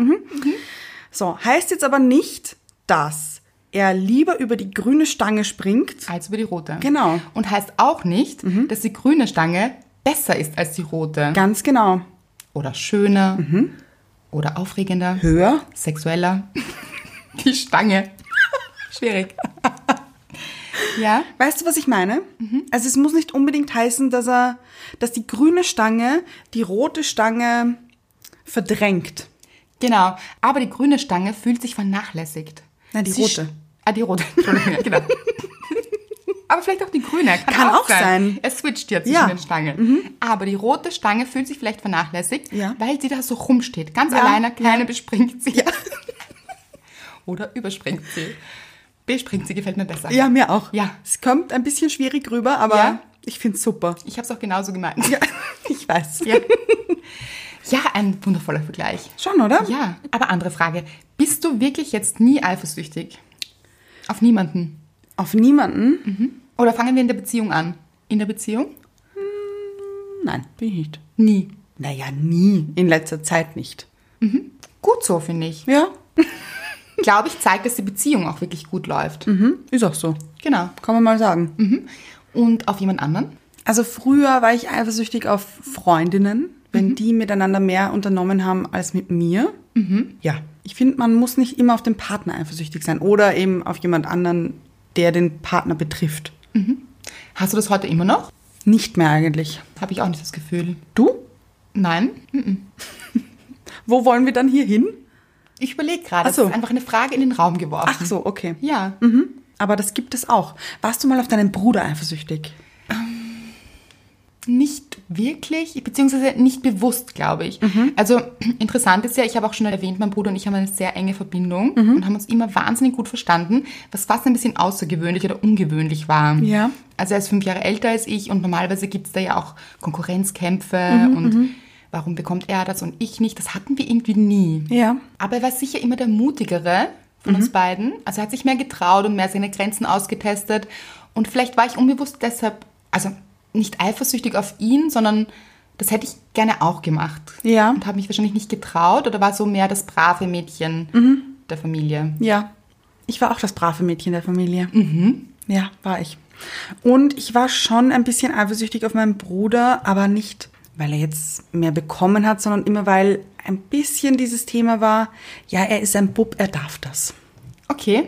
So, heißt jetzt aber nicht, dass er lieber über die grüne Stange springt. als über die rote. Genau. Und heißt auch nicht, dass die grüne Stange besser ist als die rote. Ganz genau. Oder schöner. Oder aufregender. Höher? Sexueller. Die Stange. Schwierig. Ja? Weißt du, was ich meine? Also es muss nicht unbedingt heißen, dass er, dass die grüne Stange die rote Stange verdrängt. Genau. Aber die grüne Stange fühlt sich vernachlässigt. Nein, die Sie rote. sch- Ah, die rote. Entschuldigung, ja, genau. Aber vielleicht auch die grüne. Kann, Kann auch auch sein. sein. Es switcht ja zwischen Ja. Mhm. den Stangen. Aber die rote Stange fühlt sich vielleicht vernachlässigt, Ja. weil sie da so rumsteht. Ganz Ja, alleine, kleine bespringt sie. Oder überspringt sie. Bespringt sie gefällt mir besser. Ja, mir auch. Ja. Es kommt ein bisschen schwierig rüber, aber Ja. ich find's super. Ich habe es auch genauso gemeint. Ja, ich weiß. Ja. ja, ein wundervoller Vergleich. Schon, oder? Ja, aber andere Frage. Bist du wirklich jetzt nie eifersüchtig? Auf niemanden? Auf niemanden? Oder fangen wir in der Beziehung an? In der Beziehung? Nein, bin ich nicht. Nie. Naja, nie. In letzter Zeit nicht. Gut so, finde ich. Ja, Glaube ich, zeigt, dass die Beziehung auch wirklich gut läuft. mhm. ist auch so. Genau. Kann man mal sagen. Mhm. Und auf jemand anderen? Also früher war ich eifersüchtig auf Freundinnen, wenn die miteinander mehr unternommen haben als mit mir. Ja. Ich finde, man muss nicht immer auf den Partner eifersüchtig sein oder eben auf jemand anderen, der den Partner betrifft. Hast du das heute immer noch? Nicht mehr eigentlich. Habe ich auch nicht das Gefühl. Du? Nein? Wo wollen wir dann hier hin? Ich überlege gerade. Ach so. Es ist einfach eine Frage in den Raum geworfen. Ach so, okay. Ja. Mhm. Aber das gibt es auch. Warst du mal auf deinen Bruder eifersüchtig? Nicht wirklich, beziehungsweise nicht bewusst, glaube ich. Mhm. Also interessant ist ja, ich habe auch schon erwähnt, mein Bruder und ich haben eine sehr enge Verbindung Mhm. und haben uns immer wahnsinnig gut verstanden, was fast ein bisschen außergewöhnlich oder ungewöhnlich war. Ja. Also er ist fünf Jahre älter als ich und normalerweise gibt es da ja auch Konkurrenzkämpfe Mhm, und warum bekommt er das und ich nicht. Das hatten wir irgendwie nie. Ja. Mhm. Aber er war sicher immer der mutigere von uns beiden. Also er hat sich mehr getraut und mehr seine Grenzen ausgetestet. Und vielleicht war ich unbewusst deshalb, also nicht eifersüchtig auf ihn, sondern das hätte ich gerne auch gemacht. Ja. Und habe mich wahrscheinlich nicht getraut oder war so mehr das brave Mädchen Mhm. der Familie. Ja. Ich war auch das brave Mädchen der Familie. Ja, war ich. Und ich war schon ein bisschen eifersüchtig auf meinen Bruder, aber nicht, weil er jetzt mehr bekommen hat, sondern immer, weil ein bisschen dieses Thema war, ja, er ist ein Bub, er darf das. Okay.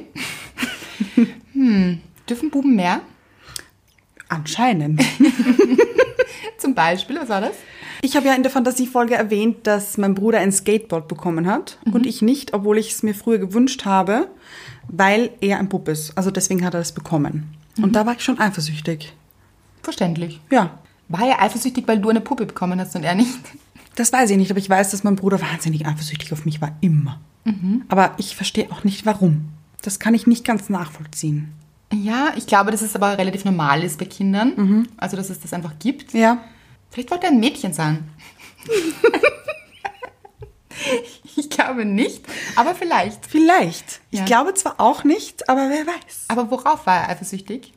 hm. Dürfen Buben mehr? Anscheinend. Zum Beispiel, was war das? Ich habe ja in der Fantasiefolge erwähnt, dass mein Bruder ein Skateboard bekommen hat und ich nicht, obwohl ich es mir früher gewünscht habe, weil er ein Bub ist. Also deswegen hat er es bekommen. Und da war ich schon eifersüchtig. Verständlich. Ja, War er eifersüchtig, weil du eine Puppe bekommen hast und er nicht? das weiß ich nicht, aber ich weiß, dass mein Bruder wahnsinnig eifersüchtig auf mich war, immer. Mhm. Aber ich verstehe auch nicht, warum. Das kann ich nicht ganz nachvollziehen. Ja, ich glaube, dass es aber relativ normal ist bei Kindern. Also, dass es das einfach gibt. Ja, Vielleicht wollte er ein Mädchen sein. ich glaube nicht, aber vielleicht. vielleicht. Ja. Ich glaube zwar auch nicht, aber wer weiß. Aber worauf war er eifersüchtig?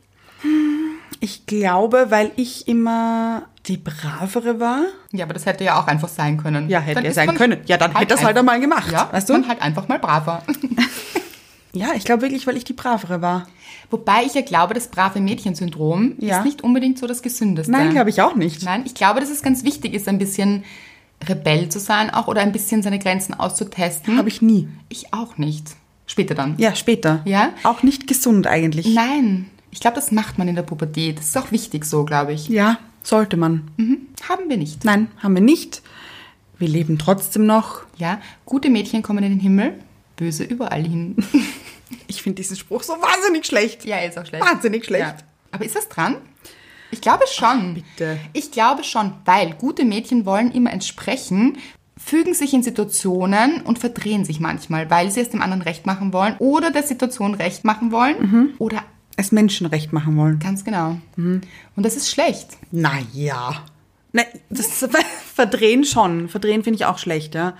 Ich glaube, weil ich immer die Bravere war. Ja, aber das hätte ja auch einfach sein können. Ja, hätte Dann er ist sein man können. Ja, dann hätte er's halt einfach- einmal gemacht, Ja, weißt weißt du? du? Man halt einfach mal braver. Ja, ich glaube wirklich, weil ich die Bravere war. Wobei ich ja glaube, das brave Mädchen-Syndrom Ja. ist nicht unbedingt so das Gesündeste. Nein, glaube ich auch nicht. Nein, ich glaube, dass es ganz wichtig ist, ein bisschen Rebell zu sein auch oder ein bisschen seine Grenzen auszutesten. Habe ich nie. Ich auch nicht. Später dann. Ja, später. Ja? Auch nicht gesund eigentlich. Nein. Ich glaube, das macht man in der Pubertät. Das ist auch wichtig so, glaube ich. Ja, sollte man. Mhm. Haben wir nicht. Nein, haben wir nicht. Wir leben trotzdem noch. Ja, gute Mädchen kommen in den Himmel, böse überall hin. Ich finde diesen Spruch so wahnsinnig schlecht. ja, ist auch schlecht. Wahnsinnig schlecht. Aber ist das dran? Ich glaube schon. bitte. Ich glaube schon, weil gute Mädchen wollen immer entsprechen, fügen sich in Situationen und verdrehen sich manchmal, weil sie es dem anderen recht machen wollen oder der Situation recht machen wollen Mhm. oder Es Menschenrecht machen wollen. ganz genau. Mhm. Und das ist schlecht. Naja. Ne, das Verdrehen schon. Verdrehen finde ich auch schlecht, ja.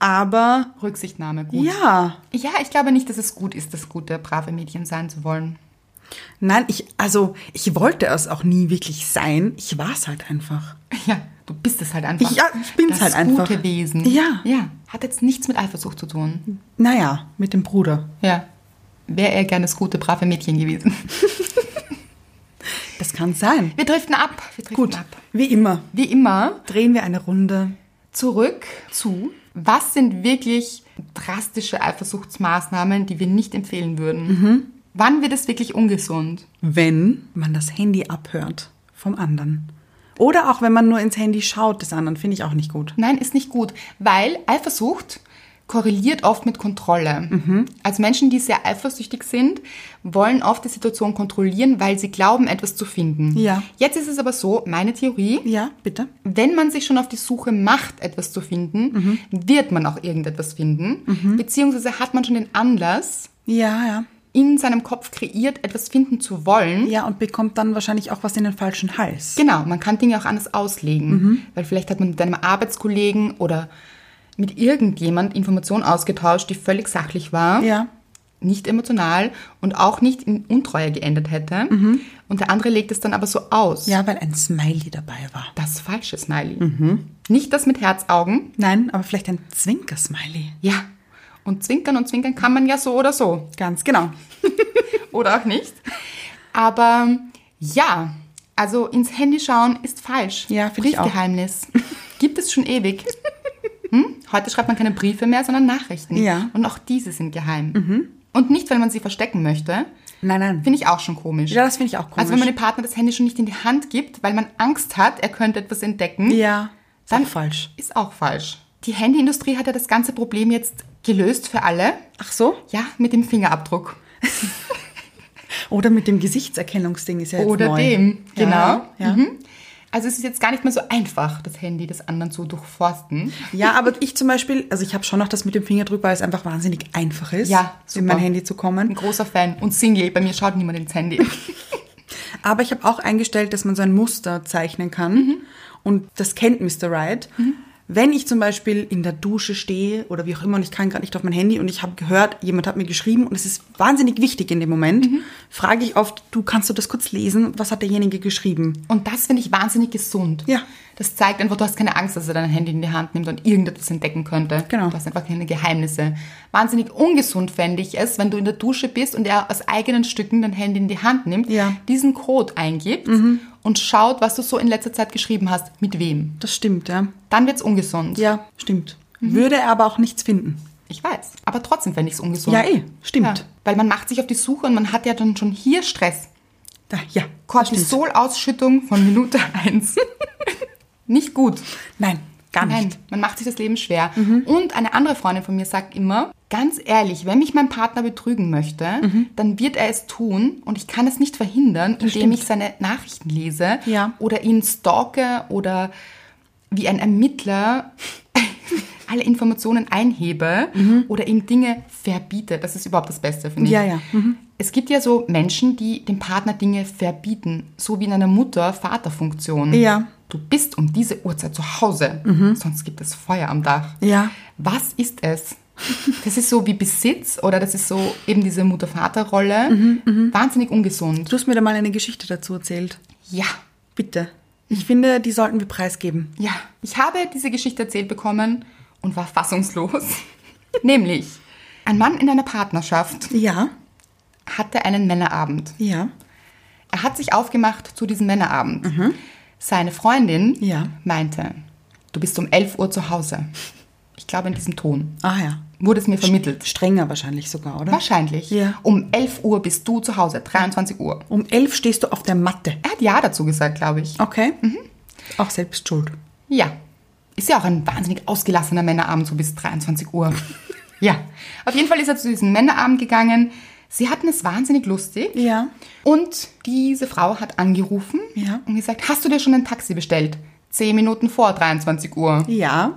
Aber Rücksichtnahme gut. ja. Ja, ich glaube nicht, dass es gut ist, das gute, brave Mädchen sein zu wollen. Nein, ich, also ich wollte es auch nie wirklich sein. Ich war es halt einfach. Ja, du bist es halt einfach. Ich- ja, ich bin's das halt einfach. gute Wesen. Ja. Ja. Hat jetzt nichts mit Eifersucht zu tun. Naja, mit dem Bruder. Ja. Wäre er gern das gute, brave Mädchen gewesen. Das kann sein. Wir driften ab. Wir driften Gut, ab. wie immer Wie immer, drehen wir eine Runde. zurück zu, was sind wirklich drastische Eifersuchtsmaßnahmen, die wir nicht empfehlen würden? Mhm. Wann wird es wirklich ungesund? wenn man das Handy abhört vom anderen. Oder auch wenn man nur ins Handy schaut des anderen, finde ich auch nicht gut. Nein, ist nicht gut, weil Eifersucht korreliert oft mit Kontrolle. Mhm. Also Menschen, die sehr eifersüchtig sind, wollen oft die Situation kontrollieren, weil sie glauben, etwas zu finden. Ja. Jetzt ist es aber so, meine Theorie, Ja, bitte. wenn man sich schon auf die Suche macht, etwas zu Mhm. finden, wird man auch irgendetwas finden, beziehungsweise hat man schon den Anlass, Ja, ja. in seinem Kopf kreiert, etwas finden zu wollen. Ja, und bekommt dann wahrscheinlich auch was in den falschen Hals. Genau, man kann Dinge auch anders auslegen, Mhm. weil vielleicht hat man mit einem Arbeitskollegen oder mit irgendjemand Information ausgetauscht, die völlig sachlich war, Ja. nicht emotional und auch nicht in Untreue geendet hätte. Und der andere legt es dann aber so aus. Mhm. Ja, weil ein Smiley dabei war. Das falsche Smiley. Mhm. Nicht das mit Herzaugen. Nein, aber vielleicht ein Zwinker-Smiley. Ja. Und zwinkern und zwinkern kann man ja so oder so. Ganz genau. oder auch nicht. Aber ja, also ins Handy schauen ist falsch. Ja, finde ich auch. Briefgeheimnis. Gibt es schon ewig. Hm? Heute schreibt man keine Briefe mehr, sondern Nachrichten. Ja. Mhm. Und auch diese sind geheim. Und nicht, weil man sie verstecken möchte. Nein, nein. Finde ich auch schon komisch. Ja, das finde ich auch komisch. Also wenn man dem Partner das Handy schon nicht in die Hand gibt, weil man Angst hat, er könnte etwas entdecken, ja, ist Dann- auch falsch. ist auch falsch. Die Handyindustrie hat ja das ganze Problem jetzt gelöst für alle. Ach so? Ja, mit dem Fingerabdruck. Oder mit dem Gesichtserkennungsding ist ja jetzt Oder neu. dem, Ja, genau. Ja. Mhm. Also es ist jetzt gar nicht mehr so einfach, das Handy des anderen zu durchforsten. Ja, aber ich zum Beispiel, also ich habe schon noch das mit dem Fingerdruck, weil es einfach wahnsinnig einfach ist, Ja, in super. mein Handy zu Ein kommen. großer Fan und Single, bei mir schaut niemand ins Handy. Aber ich habe auch eingestellt, dass man so ein Muster zeichnen kann. Und das kennt Mr. Right. Wenn ich zum Beispiel in der Dusche stehe oder wie auch immer und ich kann gerade nicht auf mein Handy und ich habe gehört, jemand hat mir geschrieben und es ist wahnsinnig wichtig in dem Moment, frage ich oft, du kannst du das kurz lesen? Was hat derjenige geschrieben? Und das finde ich wahnsinnig gesund. Ja. Das zeigt einfach, du hast keine Angst, dass er dein Handy in die Hand nimmt und irgendetwas entdecken könnte. Genau. Du hast einfach keine Geheimnisse. Wahnsinnig ungesund fände ich es, wenn du in der Dusche bist und er aus eigenen Stücken dein Handy in die Hand nimmt, Ja. Mhm. diesen Code eingibt und schaut, was du so in letzter Zeit geschrieben hast, mit wem. Das stimmt, ja. Mhm. Dann wird's ungesund. Ja, stimmt. Würde er aber auch nichts finden. Ich weiß. Aber trotzdem fände ich es ungesund. Ja, eh, stimmt. Weil man macht sich auf die Suche und man hat ja dann schon hier Stress. Da, ja, das stimmt. Cortisolausschüttung von Minute 1. nicht gut. Nein, gar nicht. Mhm. Nein, man macht sich das Leben schwer. Und eine andere Freundin von mir sagt immer, ganz ehrlich, wenn mich mein Partner betrügen möchte, Mhm. dann wird er es tun und ich kann es nicht verhindern, indem stimmt. ich seine Nachrichten lese Ja. oder ihn stalke oder wie ein Ermittler alle Informationen einhebe oder ihm Dinge verbiete. Das ist überhaupt das Beste, finde ich. Mhm. Ja, ja. Es gibt ja so Menschen, die dem Partner Dinge verbieten, so wie in einer Mutter-Vater-Funktion. Ja. Mhm. Du bist um diese Uhrzeit zu Hause, sonst gibt es Feuer am Dach. Ja. Was ist es? Das ist so wie Besitz oder das ist so eben diese Mutter-Vater-Rolle. Mhm, Wahnsinnig ungesund. Du hast mir da mal eine Geschichte dazu erzählt. Ja, Bitte. Ich finde, die sollten wir preisgeben. ja. Ich habe diese Geschichte erzählt bekommen und war fassungslos. Nämlich, ein Mann in einer Partnerschaft Ja, hatte einen Männerabend. ja. Er hat sich aufgemacht zu diesem Männerabend. Seine Freundin Mhm. Ja. meinte, du bist um 11 Uhr zu Hause. Ich glaube in diesem Ton. Ah ja. Wurde es mir vermittelt. Strenger wahrscheinlich sogar, oder? Wahrscheinlich. Ja. Um 11 Uhr bist du zu Hause, 23 Uhr. Um elf stehst du auf der Matte. Er hat Ja dazu gesagt, glaube ich. Okay. Auch selbst schuld. Ja. Ist ja auch ein wahnsinnig ausgelassener Männerabend, so bis 23 Uhr. ja. Auf jeden Fall ist er zu diesem Männerabend gegangen. Sie hatten es wahnsinnig lustig. Ja. Und diese Frau hat angerufen Ja. und gesagt, hast du dir schon ein Taxi bestellt? Zehn Minuten vor 23 Uhr. Ja.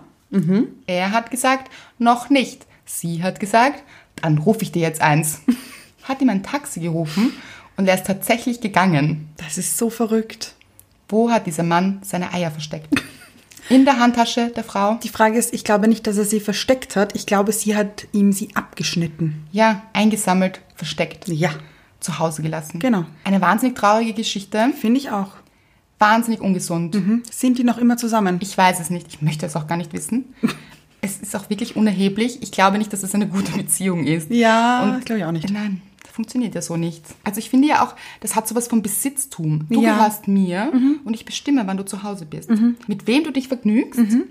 Er hat gesagt, noch nicht. Sie hat gesagt, dann rufe ich dir jetzt eins. hat ihm ein Taxi gerufen und er ist tatsächlich gegangen. Das ist so verrückt. Wo hat dieser Mann seine Eier versteckt? In der Handtasche der Frau? Die Frage ist, ich glaube nicht, dass er sie versteckt hat. Ich glaube, sie hat ihm sie abgeschnitten. Ja, eingesammelt, versteckt, Ja. zu Hause gelassen. Genau. Eine wahnsinnig traurige Geschichte, Finde ich auch. wahnsinnig ungesund. Hm? Sind die noch immer zusammen? Ich weiß es nicht. Ich möchte es auch gar nicht wissen. Es ist auch wirklich unerheblich. Ich glaube nicht, dass es eine gute Beziehung ist. Ja, glaube ich auch nicht. Nein, funktioniert ja so nicht. Also ich finde ja auch, das hat sowas vom Besitztum. Du Ja. Mhm. gehörst mir und ich bestimme, wann du zu Hause bist. Mit wem du dich vergnügst Mhm.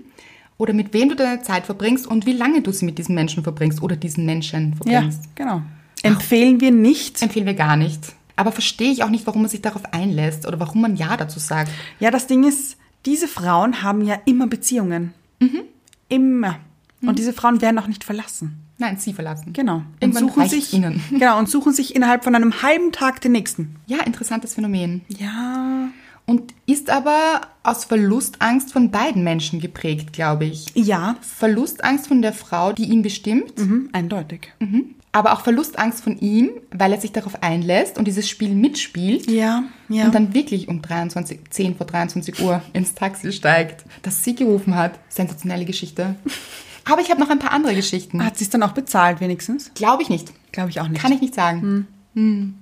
oder mit wem du deine Zeit verbringst und wie lange du sie mit diesen Menschen verbringst oder diesen Menschen Ja, verbringst. genau. Empfehlen wir nicht. Empfehlen wir gar nicht. Aber verstehe ich auch nicht, warum man sich darauf einlässt oder warum man Ja dazu sagt. Ja, das Ding ist, diese Frauen haben ja immer Beziehungen. Immer. Und diese Frauen werden auch nicht verlassen. Nein, sie verlassen. Genau. Und Irgendwann suchen reicht's sich ihnen. Genau, und suchen sich innerhalb von einem halben Tag den nächsten. Ja, interessantes Phänomen. Ja. Und ist aber aus Verlustangst von beiden Menschen geprägt, glaube ich. Ja, Verlustangst von der Frau, die ihn bestimmt, mhm. eindeutig. aber auch Verlustangst von ihm, weil er sich darauf einlässt und dieses Spiel mitspielt Ja, ja. und dann wirklich um 23, 10 vor 23 Uhr ins Taxi steigt, das sie gerufen hat. Sensationelle Geschichte. Aber ich habe noch ein paar andere Geschichten. hat sie es dann auch bezahlt wenigstens? Glaube ich nicht. Glaube ich auch nicht. Kann ich nicht sagen. Hm.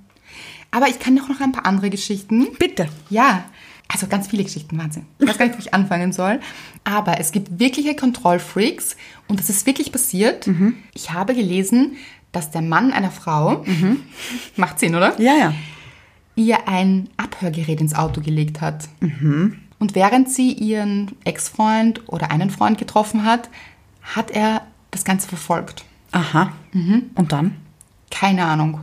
Aber ich kann doch noch ein paar andere Geschichten. Bitte. Ja, also ganz viele Geschichten, Wahnsinn. Ich weiß gar nicht, wo ich anfangen soll. Aber es gibt wirkliche Kontrollfreaks und das ist wirklich passiert. Ich habe gelesen, dass der Mann einer Frau, macht Sinn, oder? Ja, ja. Ihr ein Abhörgerät ins Auto gelegt hat. Und während sie ihren Ex-Freund oder einen Freund getroffen hat, hat er das Ganze verfolgt. Aha. Und dann? Keine Ahnung.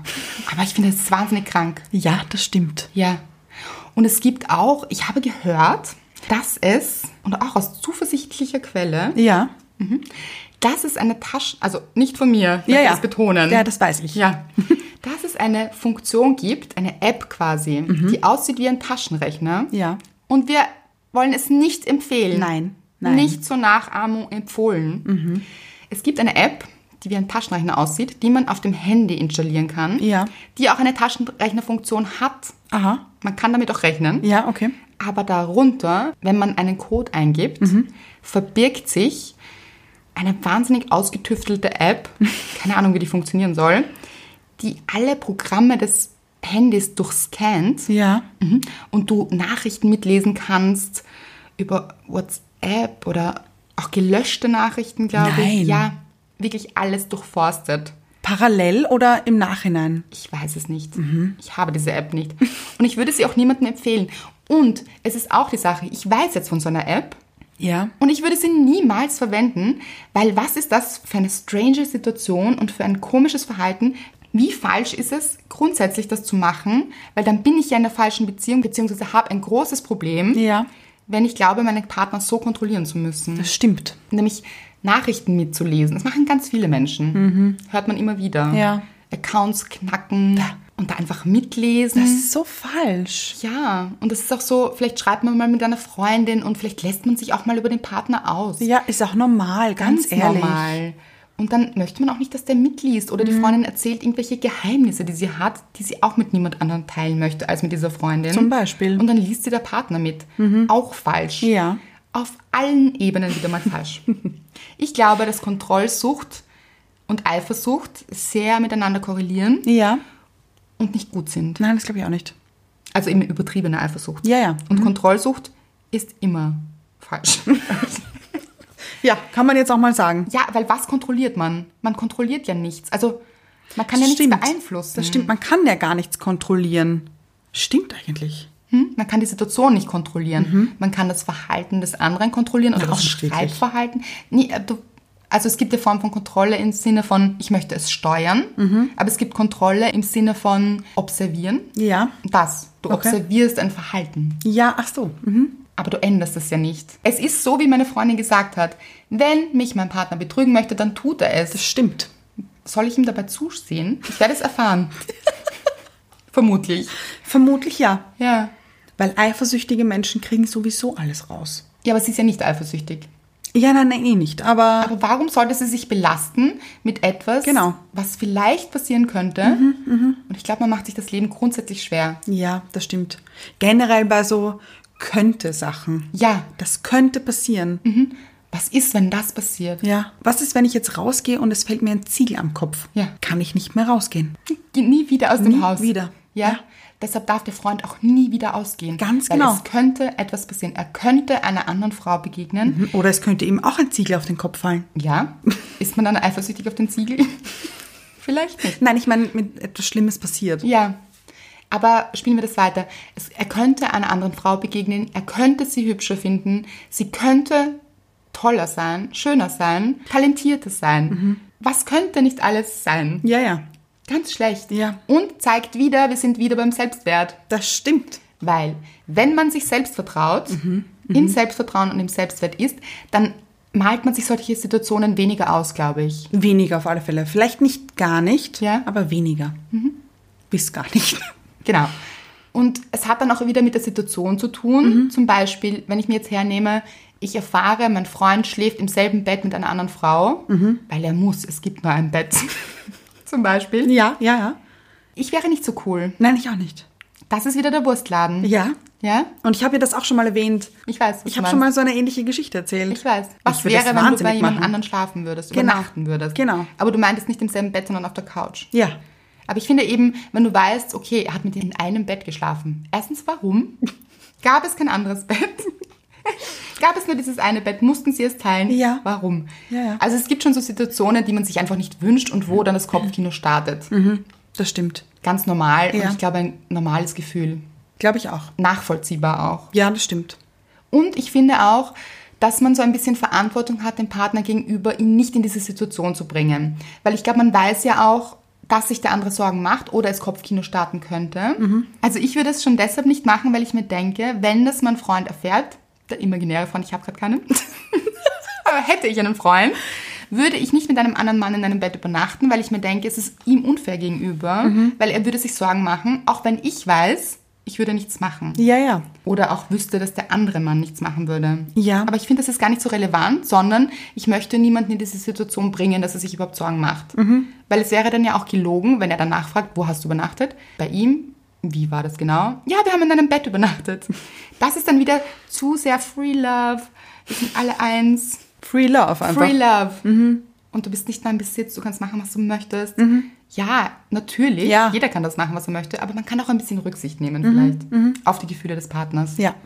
Aber ich finde es wahnsinnig krank. Ja, das stimmt. Ja. Und es gibt auch, ich habe gehört, dass es, und auch aus zuversichtlicher Quelle, Ja. dass es eine Tasche, also nicht von mir, ich Ja, will ja. das betonen. Ja, das weiß ich. Ja. Dass es eine Funktion gibt, eine App quasi, die aussieht wie ein Taschenrechner. Mhm. Ja. Und wir wollen es nicht empfehlen. Nein, nein. Mhm. Nicht zur Nachahmung empfohlen. Es gibt eine App, die wie ein Taschenrechner aussieht, die man auf dem Handy installieren kann, Ja. die auch eine Taschenrechnerfunktion hat. Aha. Man kann damit auch rechnen. Ja, okay. Aber darunter, wenn man einen Code eingibt, verbirgt sich eine wahnsinnig ausgetüftelte App, keine Ahnung, wie die funktionieren soll, die alle Programme des Handys durchscannt Ja. mhm, und du Nachrichten mitlesen kannst über WhatsApp oder auch gelöschte Nachrichten, glaube Nein. ich. Ja, wirklich alles durchforstet. Parallel oder im Nachhinein? Ich weiß es nicht. Ich habe diese App nicht. Und ich würde sie auch niemandem empfehlen. Und es ist auch die Sache, ich weiß jetzt von so einer App Ja. und ich würde sie niemals verwenden, weil was ist das für eine strange Situation und für ein komisches Verhalten? Wie falsch ist es, grundsätzlich das zu machen? Weil dann bin ich ja in der falschen Beziehung, beziehungsweise habe ein großes Problem, Ja. wenn ich glaube, meinen Partner so kontrollieren zu müssen Das stimmt. nämlich Nachrichten mitzulesen. Das machen ganz viele Menschen. Hört man immer wieder. Ja. Accounts knacken und Mhm. da einfach mitlesen. Das ist so falsch. ja, und das ist auch so, vielleicht schreibt man mal mit einer Freundin und vielleicht lässt man sich auch mal über den Partner aus. Ja, ist auch normal, ganz, ehrlich. Mhm. normal. Und dann möchte man auch nicht, dass der mitliest oder die Freundin erzählt irgendwelche Geheimnisse, die sie hat, die sie auch mit niemand anderem teilen möchte als mit dieser Freundin. Zum Beispiel. Mhm. Und dann liest sie der Partner mit. Auch falsch. Ja. Auf allen Ebenen wieder mal falsch. ich glaube, dass Kontrollsucht und Eifersucht sehr miteinander korrelieren Ja. und nicht gut sind. Nein, das glaube ich auch nicht. Also eben übertriebene Eifersucht. Ja, Mhm. ja. Und Kontrollsucht ist immer falsch. Ja, kann man jetzt auch mal sagen. Ja, weil was kontrolliert man? Man kontrolliert ja nichts. Also man kann ja nichts beeinflussen. Das stimmt, man kann ja gar nichts kontrollieren. Stimmt eigentlich. Hm? Man kann die Situation nicht kontrollieren. Man kann das Verhalten des anderen kontrollieren oder Mhm. das das ist wirklich. Schreibverhalten. Nee, äh, du, also es gibt ja Form von Kontrolle im Sinne von, ich möchte es steuern, Mhm. aber es gibt Kontrolle im Sinne von observieren. Ja. Das. Du Okay. observierst ein Verhalten. Ja, ach so. Mhm. Aber du änderst es ja nicht. Es ist so, wie meine Freundin gesagt hat, wenn mich mein Partner betrügen möchte, dann tut er es. Das stimmt. Soll ich ihm dabei zusehen? Ich werde es erfahren. Vermutlich. Vermutlich ja. Ja. Weil eifersüchtige Menschen kriegen sowieso alles raus. Ja, aber sie ist ja nicht eifersüchtig. Ja, nein, nein, eh nicht. Aber, Aber warum sollte sie sich belasten mit etwas, Genau. Mhm, was vielleicht passieren könnte? Und ich glaube, man macht sich das Leben grundsätzlich schwer. ja, das stimmt. Generell bei so könnte Sachen. Ja. Das könnte passieren. Was ist, wenn das passiert? Ja. Was ist, wenn ich jetzt rausgehe und es fällt mir ein Ziegel am Kopf? Ja. Kann ich nicht mehr rausgehen. Geh nie wieder aus dem Nie Haus. wieder. Ja? Ja. Deshalb darf der Freund auch nie wieder ausgehen. Ganz weil genau. Es könnte etwas passieren. Er könnte einer anderen Frau begegnen. Mhm. Oder es könnte ihm auch ein Ziegel auf den Kopf fallen. Ja. Ist man dann eifersüchtig auf den Ziegel? vielleicht nicht. Nein, ich meine, mit etwas Schlimmes passiert. Ja. Aber spielen wir das weiter. Es, er könnte einer anderen Frau begegnen, er könnte sie hübscher finden, sie könnte toller sein, schöner sein, talentierter sein. Was könnte nicht alles sein? Ja, ja, Ganz schlecht. Ja. Und zeigt wieder, wir sind wieder beim Selbstwert. das stimmt. Weil, wenn man sich selbst vertraut, im Selbstvertrauen und im Selbstwert ist, dann malt man sich solche Situationen weniger aus, glaube ich. Weniger auf alle Fälle. Vielleicht nicht gar nicht, Ja. Mhm. aber weniger. Bis gar nicht. Genau. Und es hat dann auch wieder mit der Situation zu Mhm. tun. Zum Beispiel, wenn ich mir jetzt hernehme, ich erfahre, mein Freund schläft im selben Bett mit einer anderen Frau, Mhm. weil er muss, es gibt nur ein Bett. Zum Beispiel. Ja, ja, ja. Ich wäre nicht so cool. Nein, ich auch nicht. Das ist wieder der Wurstladen. Ja. Ja? Und ich habe dir das auch schon mal erwähnt. Ich weiß. was Ich du habe meinst. schon mal so eine ähnliche Geschichte erzählt. Ich weiß. Was würd das wäre, wenn du bei wahnsinnig jemand machen. anderen schlafen würdest, Genau. übernachten würdest? Genau. Aber du meintest nicht im selben Bett, sondern auf der Couch. Ja. Aber ich finde eben, wenn du weißt, okay, er hat mit dir in einem Bett geschlafen. Erstens, warum? Gab es kein anderes Bett? Gab es nur dieses eine Bett? Mussten sie es teilen? Ja. Warum? Ja, Mhm. ja. Also es gibt schon so Situationen, die man sich einfach nicht wünscht und wo dann das Kopfkino startet. Das stimmt. Ganz normal Mhm. Ja. und ich glaube ein normales Gefühl. Glaube ich auch. Nachvollziehbar auch. Ja, das stimmt. Und ich finde auch, dass man so ein bisschen Verantwortung hat, dem Partner gegenüber, ihn nicht in diese Situation zu bringen. Weil ich glaube, man weiß ja auch, dass sich der andere Sorgen macht oder es Kopfkino starten könnte. Also ich würde es schon deshalb nicht machen, weil ich mir denke, wenn das mein Freund erfährt, der imaginäre Freund, ich habe gerade keinen, aber hätte ich einen Freund, würde ich nicht mit einem anderen Mann in einem Bett übernachten, weil ich mir denke, es ist ihm unfair gegenüber, weil er würde sich Sorgen machen, auch wenn ich weiß, ich würde nichts machen Ja, ja. oder auch wüsste, dass der andere Mann nichts machen würde. Ja. Aber ich finde, das ist gar nicht so relevant, sondern ich möchte niemanden in diese Situation bringen, dass er sich überhaupt Sorgen macht. Mhm. Weil es wäre dann ja auch gelogen, wenn er danach fragt, wo hast du übernachtet? Bei ihm, wie war das genau? Ja, wir haben in einem Bett übernachtet. Das ist dann wieder zu sehr Free Love. Wir sind alle eins. Free Love einfach. Mhm. Free Love. Und du bist nicht mein Besitz, du kannst machen, was du möchtest. Ja, natürlich. Ja. Mhm. Jeder kann das machen, was er möchte, aber man kann auch ein bisschen Rücksicht nehmen, vielleicht, auf die Gefühle des Partners. ja,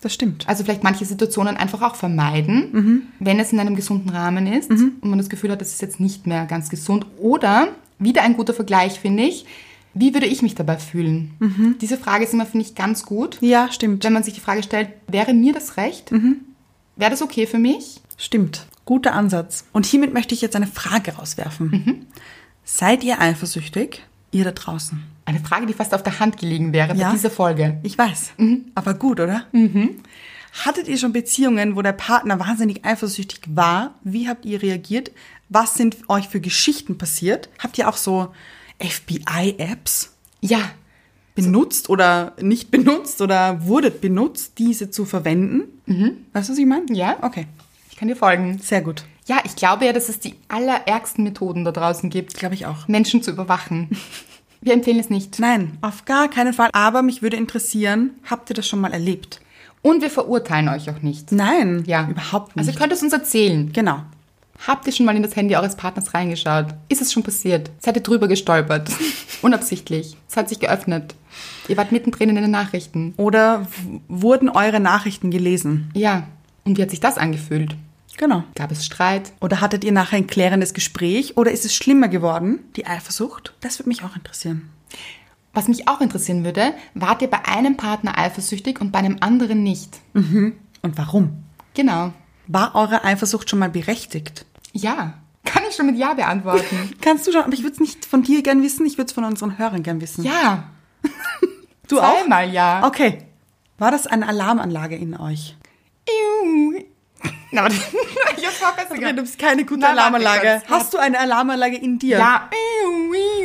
das stimmt. Also vielleicht manche Situationen einfach auch vermeiden, Mhm. wenn es in einem gesunden Rahmen ist und man das Gefühl hat, das ist jetzt nicht mehr ganz gesund. Oder wieder ein guter Vergleich, finde ich. Wie würde ich mich dabei fühlen? Diese Frage ist immer, finde ich, ganz gut. Mhm. Ja, Mhm. stimmt. Wenn man sich die Frage stellt, wäre mir das recht? Wäre das okay für mich? Stimmt. Guter Ansatz. Und hiermit möchte ich jetzt eine Frage rauswerfen. Mhm. Seid ihr eifersüchtig? Ihr da draußen. Eine Frage, die fast auf der Hand gelegen wäre Ja. bei dieser Folge. Ich weiß. Mhm. Aber gut, oder? Hattet ihr schon Beziehungen, wo der Partner wahnsinnig eifersüchtig war? Wie habt ihr reagiert? Was sind euch für Geschichten passiert? Habt ihr auch so FBI-Apps Ja, benutzt oder nicht benutzt oder wurdet benutzt, diese zu verwenden? Weißt du, was ich meine? Ja. Okay, ich kann dir folgen. sehr gut. Ja, ich glaube ja, dass es die allerärgsten Methoden da draußen gibt, Glaube ich auch. Menschen zu überwachen. Wir empfehlen es nicht. Nein, auf gar keinen Fall. Aber mich würde interessieren, habt ihr das schon mal erlebt? Und wir verurteilen euch auch nicht. Nein, Ja. überhaupt nicht. Also ihr könnt es uns erzählen. genau. Habt ihr schon mal in das Handy eures Partners reingeschaut? Ist es schon passiert? Seid ihr drüber gestolpert? Unabsichtlich. Es hat sich geöffnet. Ihr wart mittendrin in den Nachrichten. Oder w- wurden eure Nachrichten gelesen? Ja. Und wie hat sich das angefühlt? Genau. Gab es Streit? Oder hattet ihr nachher ein klärendes Gespräch? Oder ist es schlimmer geworden, die Eifersucht? Das würde mich auch interessieren. Was mich auch interessieren würde, wart ihr bei einem Partner eifersüchtig und bei einem anderen nicht? Und warum? Genau. War eure Eifersucht schon mal berechtigt? Ja. Kann ich schon mit Ja beantworten. Kannst du schon, aber ich würde es nicht von dir gern wissen, ich würde es von unseren Hörern gern wissen. ja. du Zweimal ja. Okay. War das eine Alarmanlage in euch? Iu. Na, warte. ich hab's mal besser Du bist keine gute Nein, warte kurz. Hast du eine Alarmanlage in dir? Ja. Iu, iu.